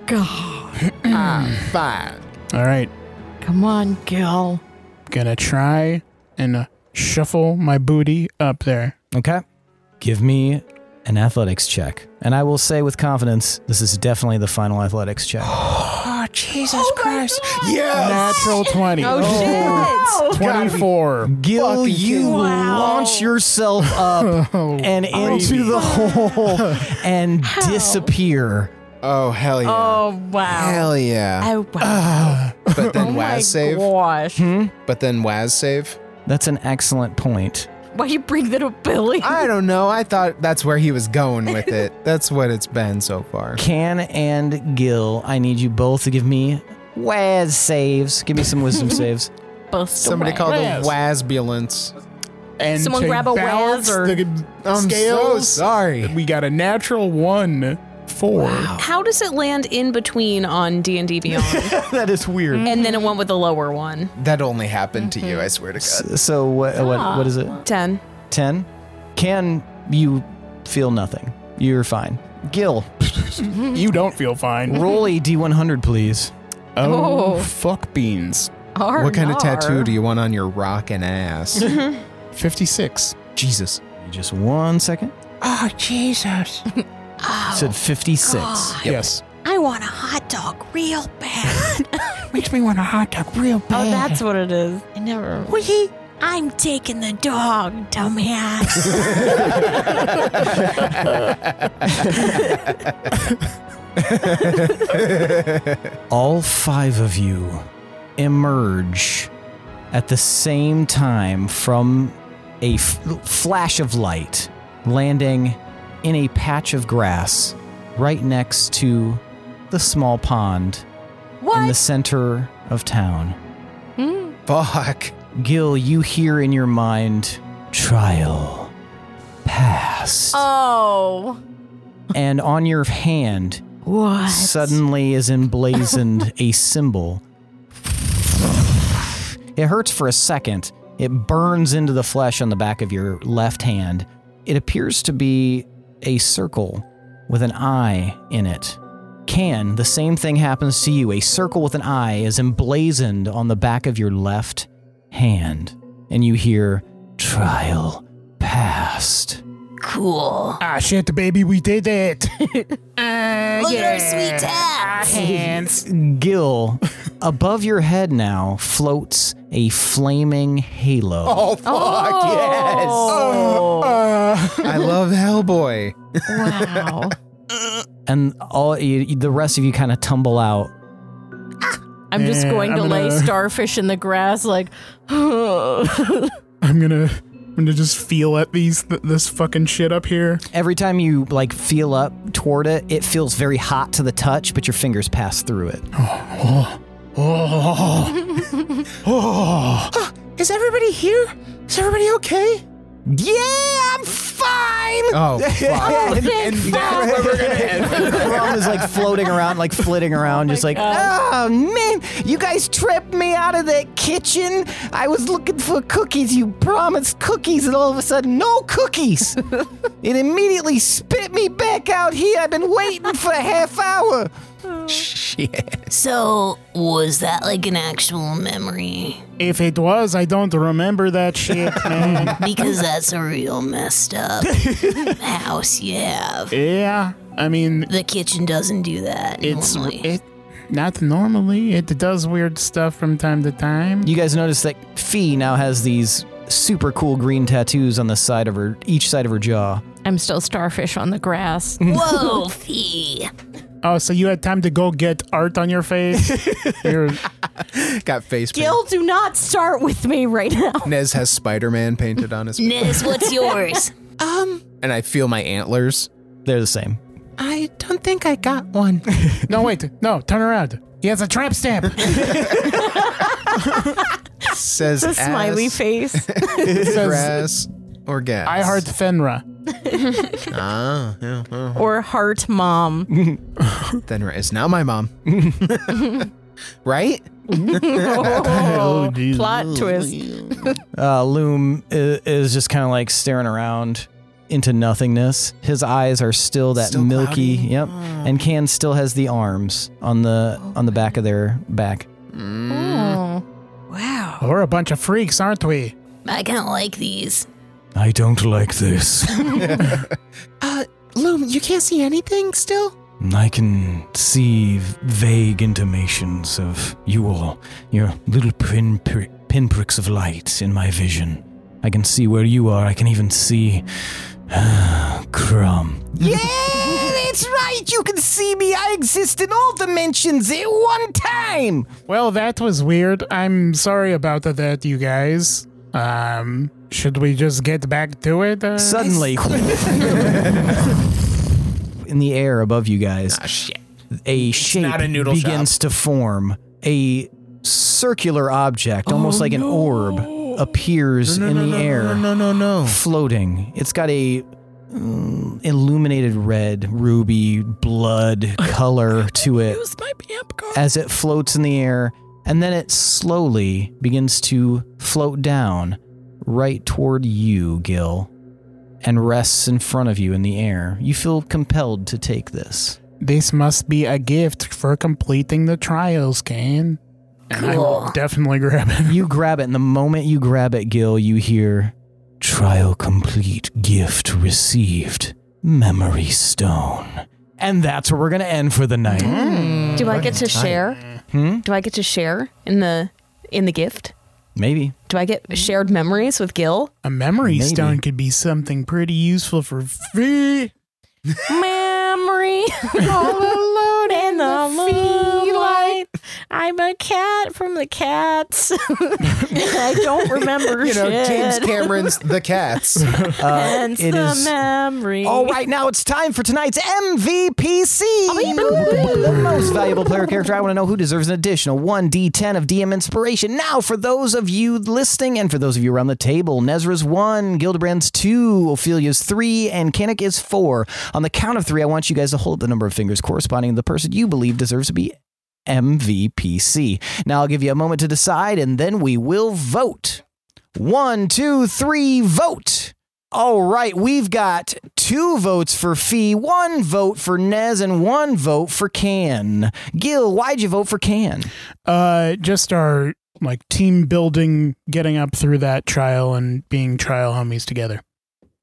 Speaker 8: Ah,
Speaker 4: All right.
Speaker 5: Come on, Gil.
Speaker 4: Gonna try and uh, shuffle my booty up there.
Speaker 1: Okay. Give me an athletics check. And I will say with confidence, this is definitely the final athletics
Speaker 7: [GASPS]
Speaker 1: check.
Speaker 3: Oh, Jesus Christ.
Speaker 4: Natural 20.
Speaker 6: Oh,
Speaker 4: 24.
Speaker 1: Gil, you launch yourself up and into the hole and disappear.
Speaker 8: Oh, hell yeah.
Speaker 7: Oh wow.
Speaker 8: Hell yeah.
Speaker 7: Oh wow.
Speaker 8: But then
Speaker 7: [LAUGHS] oh my
Speaker 8: Waz save.
Speaker 7: gosh.
Speaker 8: But then Waz save.
Speaker 1: Hmm? That's an excellent point.
Speaker 7: Why you bring that up, Billy?
Speaker 8: I don't know. I thought that's where he was going with it.
Speaker 7: [LAUGHS]
Speaker 8: That's what it's been so far.
Speaker 1: Can and Gil, I need you both to give me Waz saves. Give me some
Speaker 7: [LAUGHS]
Speaker 1: wisdom saves.
Speaker 7: Both
Speaker 8: Somebody
Speaker 7: away.
Speaker 8: called
Speaker 4: Waz.
Speaker 8: the Wazbulance.
Speaker 4: And
Speaker 7: Someone
Speaker 4: to
Speaker 7: grab a
Speaker 4: balance
Speaker 7: Waz or-
Speaker 4: the
Speaker 8: I'm
Speaker 4: scales.
Speaker 8: so sorry.
Speaker 4: We got a natural one. Four.
Speaker 8: [LAUGHS]
Speaker 6: How does it land in between on D and D Beyond,
Speaker 1: [LAUGHS] that is weird.
Speaker 6: and then it went with the lower one?
Speaker 8: That only happened to
Speaker 7: Mm-hmm.
Speaker 8: you, I swear to God.
Speaker 1: So what,
Speaker 7: Ah.
Speaker 1: what, what is it?
Speaker 6: Ten.
Speaker 1: 10. Can you feel nothing? You're fine. Gil,
Speaker 4: [LAUGHS] You don't feel fine.
Speaker 1: roll a d100, please.
Speaker 4: Oh,
Speaker 5: Oh.
Speaker 4: fuck beans.
Speaker 8: What kind of tattoo do you want on your rockin' ass?
Speaker 7: Mm-hmm. Hmm.
Speaker 4: 56.
Speaker 8: Jesus.
Speaker 1: Just one
Speaker 4: [LAUGHS]
Speaker 8: [LAUGHS]
Speaker 7: [LAUGHS]
Speaker 1: second.
Speaker 3: Oh, Jesus.
Speaker 1: said 56.
Speaker 4: Yes.
Speaker 2: I want a hot dog real bad.
Speaker 1: [LAUGHS]
Speaker 3: Makes me want a hot dog real
Speaker 7: Oh,
Speaker 3: bad.
Speaker 7: that's what it is. I never.
Speaker 3: Wee.
Speaker 2: I'm
Speaker 8: [LAUGHS]
Speaker 2: taking the dog, dumbass.
Speaker 7: Hmm?
Speaker 1: All five of you emerge At the same time, from a f- flash of light, landing in a patch of grass right next to the small pond in the center of town. Fuck. Gil, you hear in your mind trial passed.
Speaker 5: Oh.
Speaker 1: and on your hand
Speaker 5: What?
Speaker 1: suddenly is emblazoned a symbol. It hurts for a second. It burns into the flesh on the back of your left hand. It appears to be a circle with an eye in it. Can, the same thing happens to you. A circle with an eye is emblazoned on the back of your left hand. And you hear, trial passed.
Speaker 2: Cool.
Speaker 4: Ah, shit, baby, we did it. [LAUGHS] Uh,
Speaker 2: Look at our sweet
Speaker 4: Ah,
Speaker 2: tabs.
Speaker 1: [LAUGHS] Gil, above your head now floats a flaming halo.
Speaker 8: Oh, fuck,
Speaker 5: Oh.
Speaker 7: Oh.
Speaker 1: Oh.
Speaker 8: yes. I love Hellboy.
Speaker 5: Wow.
Speaker 1: [LAUGHS] and all you, the rest of you kind of tumble out.
Speaker 5: I'm just
Speaker 1: Yeah,
Speaker 5: going to
Speaker 1: I'm
Speaker 4: [LAUGHS]
Speaker 5: lay
Speaker 1: gonna-
Speaker 5: starfish in the grass, like, [LAUGHS]
Speaker 4: I'm gonna, I'm gonna just feel at these th- this fucking shit up here.
Speaker 1: Every time you like feel up toward it, it feels very hot to the touch, but your fingers pass through it.
Speaker 3: Oh.
Speaker 5: [LAUGHS]
Speaker 1: Oh.
Speaker 3: Is everybody here? Is everybody okay?
Speaker 1: Yeah, I'm fine.
Speaker 8: Oh,
Speaker 1: [LAUGHS]
Speaker 8: fuck.
Speaker 3: and,
Speaker 8: and that's where we're gonna end. Oh
Speaker 1: Rum is like floating around, like flitting around, just like oh
Speaker 3: God.
Speaker 1: man, you guys tripped me out of that kitchen. I was looking for "Oh, cookies. You promised cookies, and all of a sudden, no
Speaker 8: [LAUGHS]
Speaker 1: cookies. it immediately spit me back out here. I've been waiting for a half hour.
Speaker 8: Shit.
Speaker 2: So, was that like an actual memory?
Speaker 4: [LAUGHS] If it was, I don't remember that
Speaker 2: [LAUGHS]
Speaker 4: shit, man.
Speaker 2: Because that's a real
Speaker 4: [LAUGHS]
Speaker 2: messed up house you have.
Speaker 4: yeah, I mean,
Speaker 2: The kitchen doesn't do that.
Speaker 4: it's
Speaker 2: normally.
Speaker 4: it, not normally. It does weird stuff from time to time.
Speaker 1: You guys notice that Fee now has these super cool green tattoos on the side of her, each side of her jaw.
Speaker 5: I'm still starfish on
Speaker 8: [LAUGHS]
Speaker 5: the grass.
Speaker 2: Whoa,
Speaker 5: [LAUGHS]
Speaker 2: Fee.
Speaker 4: [LAUGHS] Oh, so you had time to go get art on your face?
Speaker 8: [LAUGHS]
Speaker 4: You're-
Speaker 8: Got face paint.
Speaker 7: Gil, do not start with me right now.
Speaker 8: Nez has Spider Man painted on his
Speaker 2: Nez, what's yours?
Speaker 1: [LAUGHS]
Speaker 8: And I feel my antlers.
Speaker 1: They're the same.
Speaker 3: I don't think I got one.
Speaker 4: [LAUGHS] no, wait, no, turn around. He has a tramp
Speaker 8: [LAUGHS]
Speaker 4: stamp.
Speaker 8: Says
Speaker 7: It's a smiley
Speaker 8: ass,
Speaker 7: face.
Speaker 8: [LAUGHS] Grass or gas.
Speaker 4: I heart Fenra.
Speaker 8: Ah, yeah, well,
Speaker 7: or
Speaker 8: [LAUGHS]
Speaker 7: heart mom.
Speaker 8: then it's now my mom. [LAUGHS]
Speaker 7: [LAUGHS]
Speaker 8: right?
Speaker 7: Oh, plot twist. [LAUGHS]
Speaker 1: Uh, Loom is, is just kind of like staring around into nothingness. His eyes are still that
Speaker 8: Still
Speaker 1: milky.
Speaker 8: cloudy? Hmm.
Speaker 1: Yep. And Can still has the arms on the on the back of their back.
Speaker 5: Oh.
Speaker 2: Wow.
Speaker 4: We're a bunch of freaks, aren't we?
Speaker 2: I kind of
Speaker 4: [LAUGHS]
Speaker 2: like these.
Speaker 10: I don't like this.
Speaker 3: Uh, Loom, you can't see anything still?
Speaker 10: I can see vague intimations of you all, your little pin pri- pinpricks of light in my vision. I can see where you are. I can even see [SIGHS] crumb.
Speaker 1: Yeah, that's right. You can see me. I exist in all dimensions at
Speaker 7: [LAUGHS]
Speaker 1: one time.
Speaker 4: Well, that was weird. I'm sorry about that, you guys. Um, should we just get back to it? Uh,
Speaker 1: Suddenly, in the air above you guys,
Speaker 8: Ah, shit.
Speaker 1: a shape
Speaker 8: not a noodle
Speaker 1: begins to form. A circular object, almost like an orb, appears in the air,
Speaker 8: Oh, No, no, no.
Speaker 1: floating. It's got a mm, illuminated red, ruby, blood color to it as it floats in the air, and then it slowly begins to float down right toward you, Gil, and rests in front of you in the air. You feel compelled to take this.
Speaker 4: This [LAUGHS] must be a gift for completing the trials, Kane. And I will
Speaker 2: Cool.
Speaker 4: definitely grab it.
Speaker 1: You grab it, and the moment you grab it, Gil, you hear
Speaker 10: Trial complete. Gift received. Memory stone.
Speaker 1: And that's where we're going to end for the night.
Speaker 6: Do I get to share?
Speaker 1: Hmm?
Speaker 6: Do I get to share in the in the gift?
Speaker 1: Maybe.
Speaker 6: Do I get shared memories with Gil?
Speaker 4: A memory
Speaker 1: Maybe.
Speaker 4: stone could be something pretty useful for free.
Speaker 5: Memory all alone in the moonlight.
Speaker 7: I'm a cat from the
Speaker 5: [LAUGHS]
Speaker 7: cats. I
Speaker 8: [LAUGHS]
Speaker 7: don't remember
Speaker 8: You know,
Speaker 7: shit.
Speaker 8: James Cameron's The
Speaker 7: [LAUGHS]
Speaker 8: Cats.
Speaker 7: Hence
Speaker 1: Uh, it
Speaker 7: the
Speaker 1: is-
Speaker 7: memory.
Speaker 1: All right, now it's time for tonight's MVPC. the most valuable player character. I want to know who deserves an additional 1d10 of DM inspiration. Now, for those of you listening and for those of you around the table, Nezra's 1, Gildebrand's 2, Ophelia's 3, and Kanik is 4. On the count of 3, I want you guys to hold up the number of fingers corresponding to the person you believe deserves to be MVPC. Now, I'll give you a moment to decide and then we will vote. One, two, three, vote. All right, we've got two votes for Fee, one vote for Nez, and one vote for Can. Gil, why'd you vote for Can?
Speaker 4: Uh, just our like team building, getting up through that trial and being trial homies together.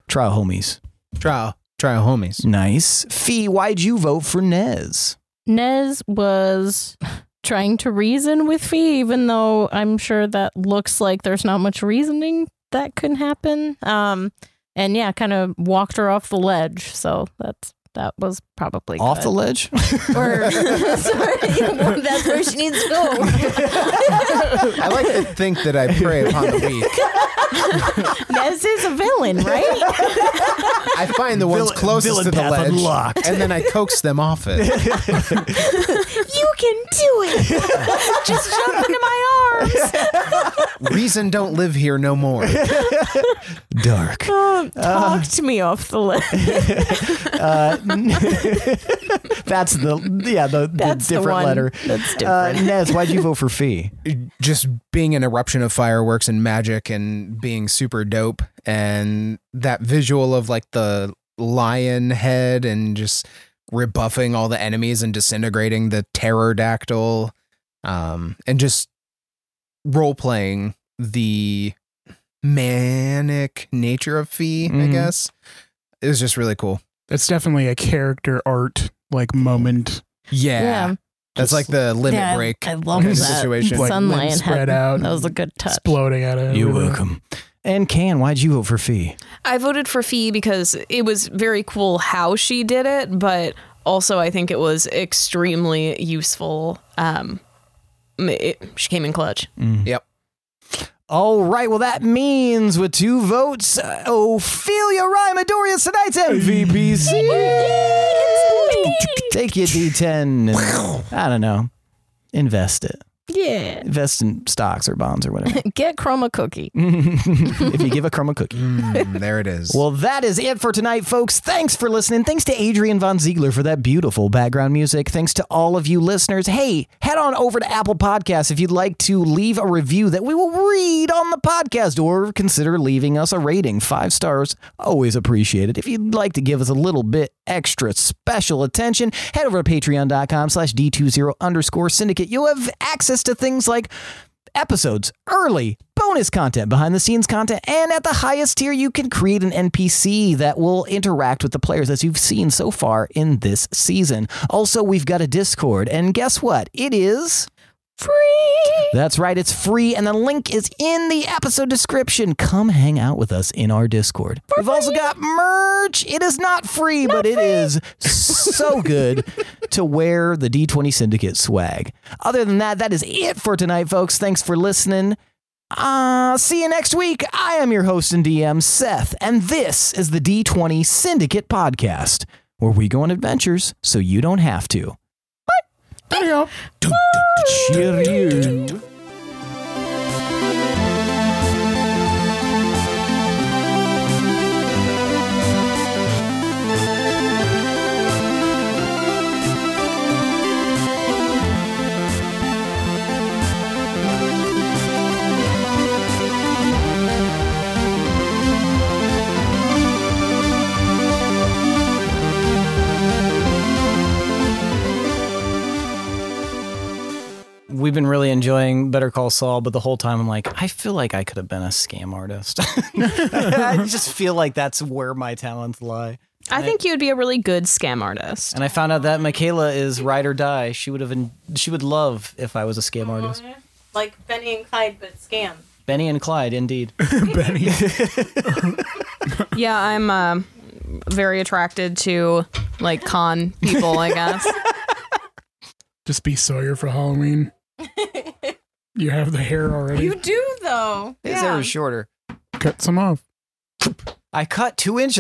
Speaker 1: Trial homies.
Speaker 8: Trial. Trial homies.
Speaker 1: Nice. Fee, why'd you vote for Nez?
Speaker 5: Nez was trying to reason with Fee, even though I'm sure that looks like there's not much reasoning that can happen. Um, and yeah, kind of walked her off the ledge. So that's that was probably
Speaker 1: Off
Speaker 5: good.
Speaker 1: the ledge?
Speaker 5: [LAUGHS]
Speaker 7: [LAUGHS]
Speaker 5: Or
Speaker 7: Sorry, that's where she needs to [LAUGHS] go.
Speaker 8: I like to think that I prey upon the weak.
Speaker 7: Nez is a villain, right? [LAUGHS]
Speaker 8: I find the ones
Speaker 1: Villain-
Speaker 8: closest
Speaker 1: villain
Speaker 8: to the
Speaker 1: path
Speaker 8: ledge,
Speaker 1: unlocked.
Speaker 8: and then I coax them off it.
Speaker 1: [LAUGHS]
Speaker 7: You can do it. [LAUGHS] Just jump into my [LAUGHS] arms.
Speaker 8: Reason don't live here no [LAUGHS] more.
Speaker 7: [LAUGHS]
Speaker 1: Dark.
Speaker 7: Um, talk to me off the ledge. [LAUGHS]
Speaker 1: Uh, [LAUGHS] that's the yeah the, the
Speaker 7: That's the
Speaker 1: different
Speaker 7: one.
Speaker 1: letter.
Speaker 7: That's
Speaker 1: Uh,
Speaker 7: different.
Speaker 1: Nez, why'd
Speaker 7: [LAUGHS]
Speaker 1: you vote for Fee?
Speaker 8: [LAUGHS] Just being an eruption of fireworks and magic and being super dope, and that visual of like the lion head and just rebuffing all the enemies and disintegrating the pterodactyl, um, and just role playing the manic nature of Fee, I
Speaker 1: Mhm.
Speaker 8: guess. It was just really cool.
Speaker 4: That's definitely a character art like moment.
Speaker 8: Yeah.
Speaker 5: Yeah.
Speaker 8: That's like the limit
Speaker 5: Yeah,
Speaker 8: break.
Speaker 5: I love
Speaker 8: kind of
Speaker 5: that.
Speaker 8: situation.
Speaker 4: Like,
Speaker 5: sunlight
Speaker 4: limbs spread
Speaker 5: had-
Speaker 4: out
Speaker 5: That was a
Speaker 4: and
Speaker 5: good touch.
Speaker 4: Exploding at it.
Speaker 10: You're welcome.
Speaker 1: And Can, why'd you vote for Fee?
Speaker 6: I voted for Fee because it was very cool how she did it, but also I think it was extremely useful. Um, it, she came in clutch.
Speaker 8: Yep.
Speaker 1: All right, well, that means with two votes, uh, Ophelia Rymadorian is tonight's MVPC. Take your D10 and, I don't know, invest it.
Speaker 5: Yeah.
Speaker 1: Invest in stocks or bonds or whatever.
Speaker 5: Get Chroma Cookie.
Speaker 1: [LAUGHS] if you give a crumb a cookie.
Speaker 8: Mm, there it is.
Speaker 1: Well, that is it for tonight, folks. Thanks for listening. Thanks to Adrian Von Ziegler for that beautiful background music. Thanks to all of you listeners. Hey, head on over to Apple Podcasts if you'd like to leave a review that we will read on the podcast or consider leaving us a rating. Five stars, always appreciated. If you'd like to give us a little bit extra special attention, head over to patreon.com slash D20 underscore syndicate. You'll have access to things like episodes early, bonus content, behind the scenes content, and at the highest tier, you can create an NPC that will interact with the players as you've seen so far in this season. Also, we've got a Discord, and guess what? It is. Free! That's right, it's free, and the link is in the episode description. Come hang out with us in our Discord. We've also got merch. It is not free, but it is so good to wear the D20 Syndicate swag. Other than that, that is it for tonight, folks. Thanks for listening. Uh, see you next week. I am your host and DM, Seth, and this is the D20 Syndicate Podcast, where we go on adventures so you don't have to. Cheerio. We've been really enjoying Better Call Saul, but the whole time I'm like, I feel like I could have been a scam artist. [LAUGHS] I just feel like that's where my talents lie.
Speaker 6: [LAUGHS] I think you'd be a really good scam artist.
Speaker 1: And I found out that Michaela is ride or die. She would have, en- she would love if I was a scam artist.
Speaker 5: Like Benny and Clyde, but scam.
Speaker 1: Benny and Clyde, indeed.
Speaker 6: Yeah, I'm um very attracted to like con people, I guess.
Speaker 4: Just be Sawyer for Halloween. You have the hair already.
Speaker 5: You do though.
Speaker 1: His hair is shorter.
Speaker 4: Cut some off.
Speaker 1: I cut two inches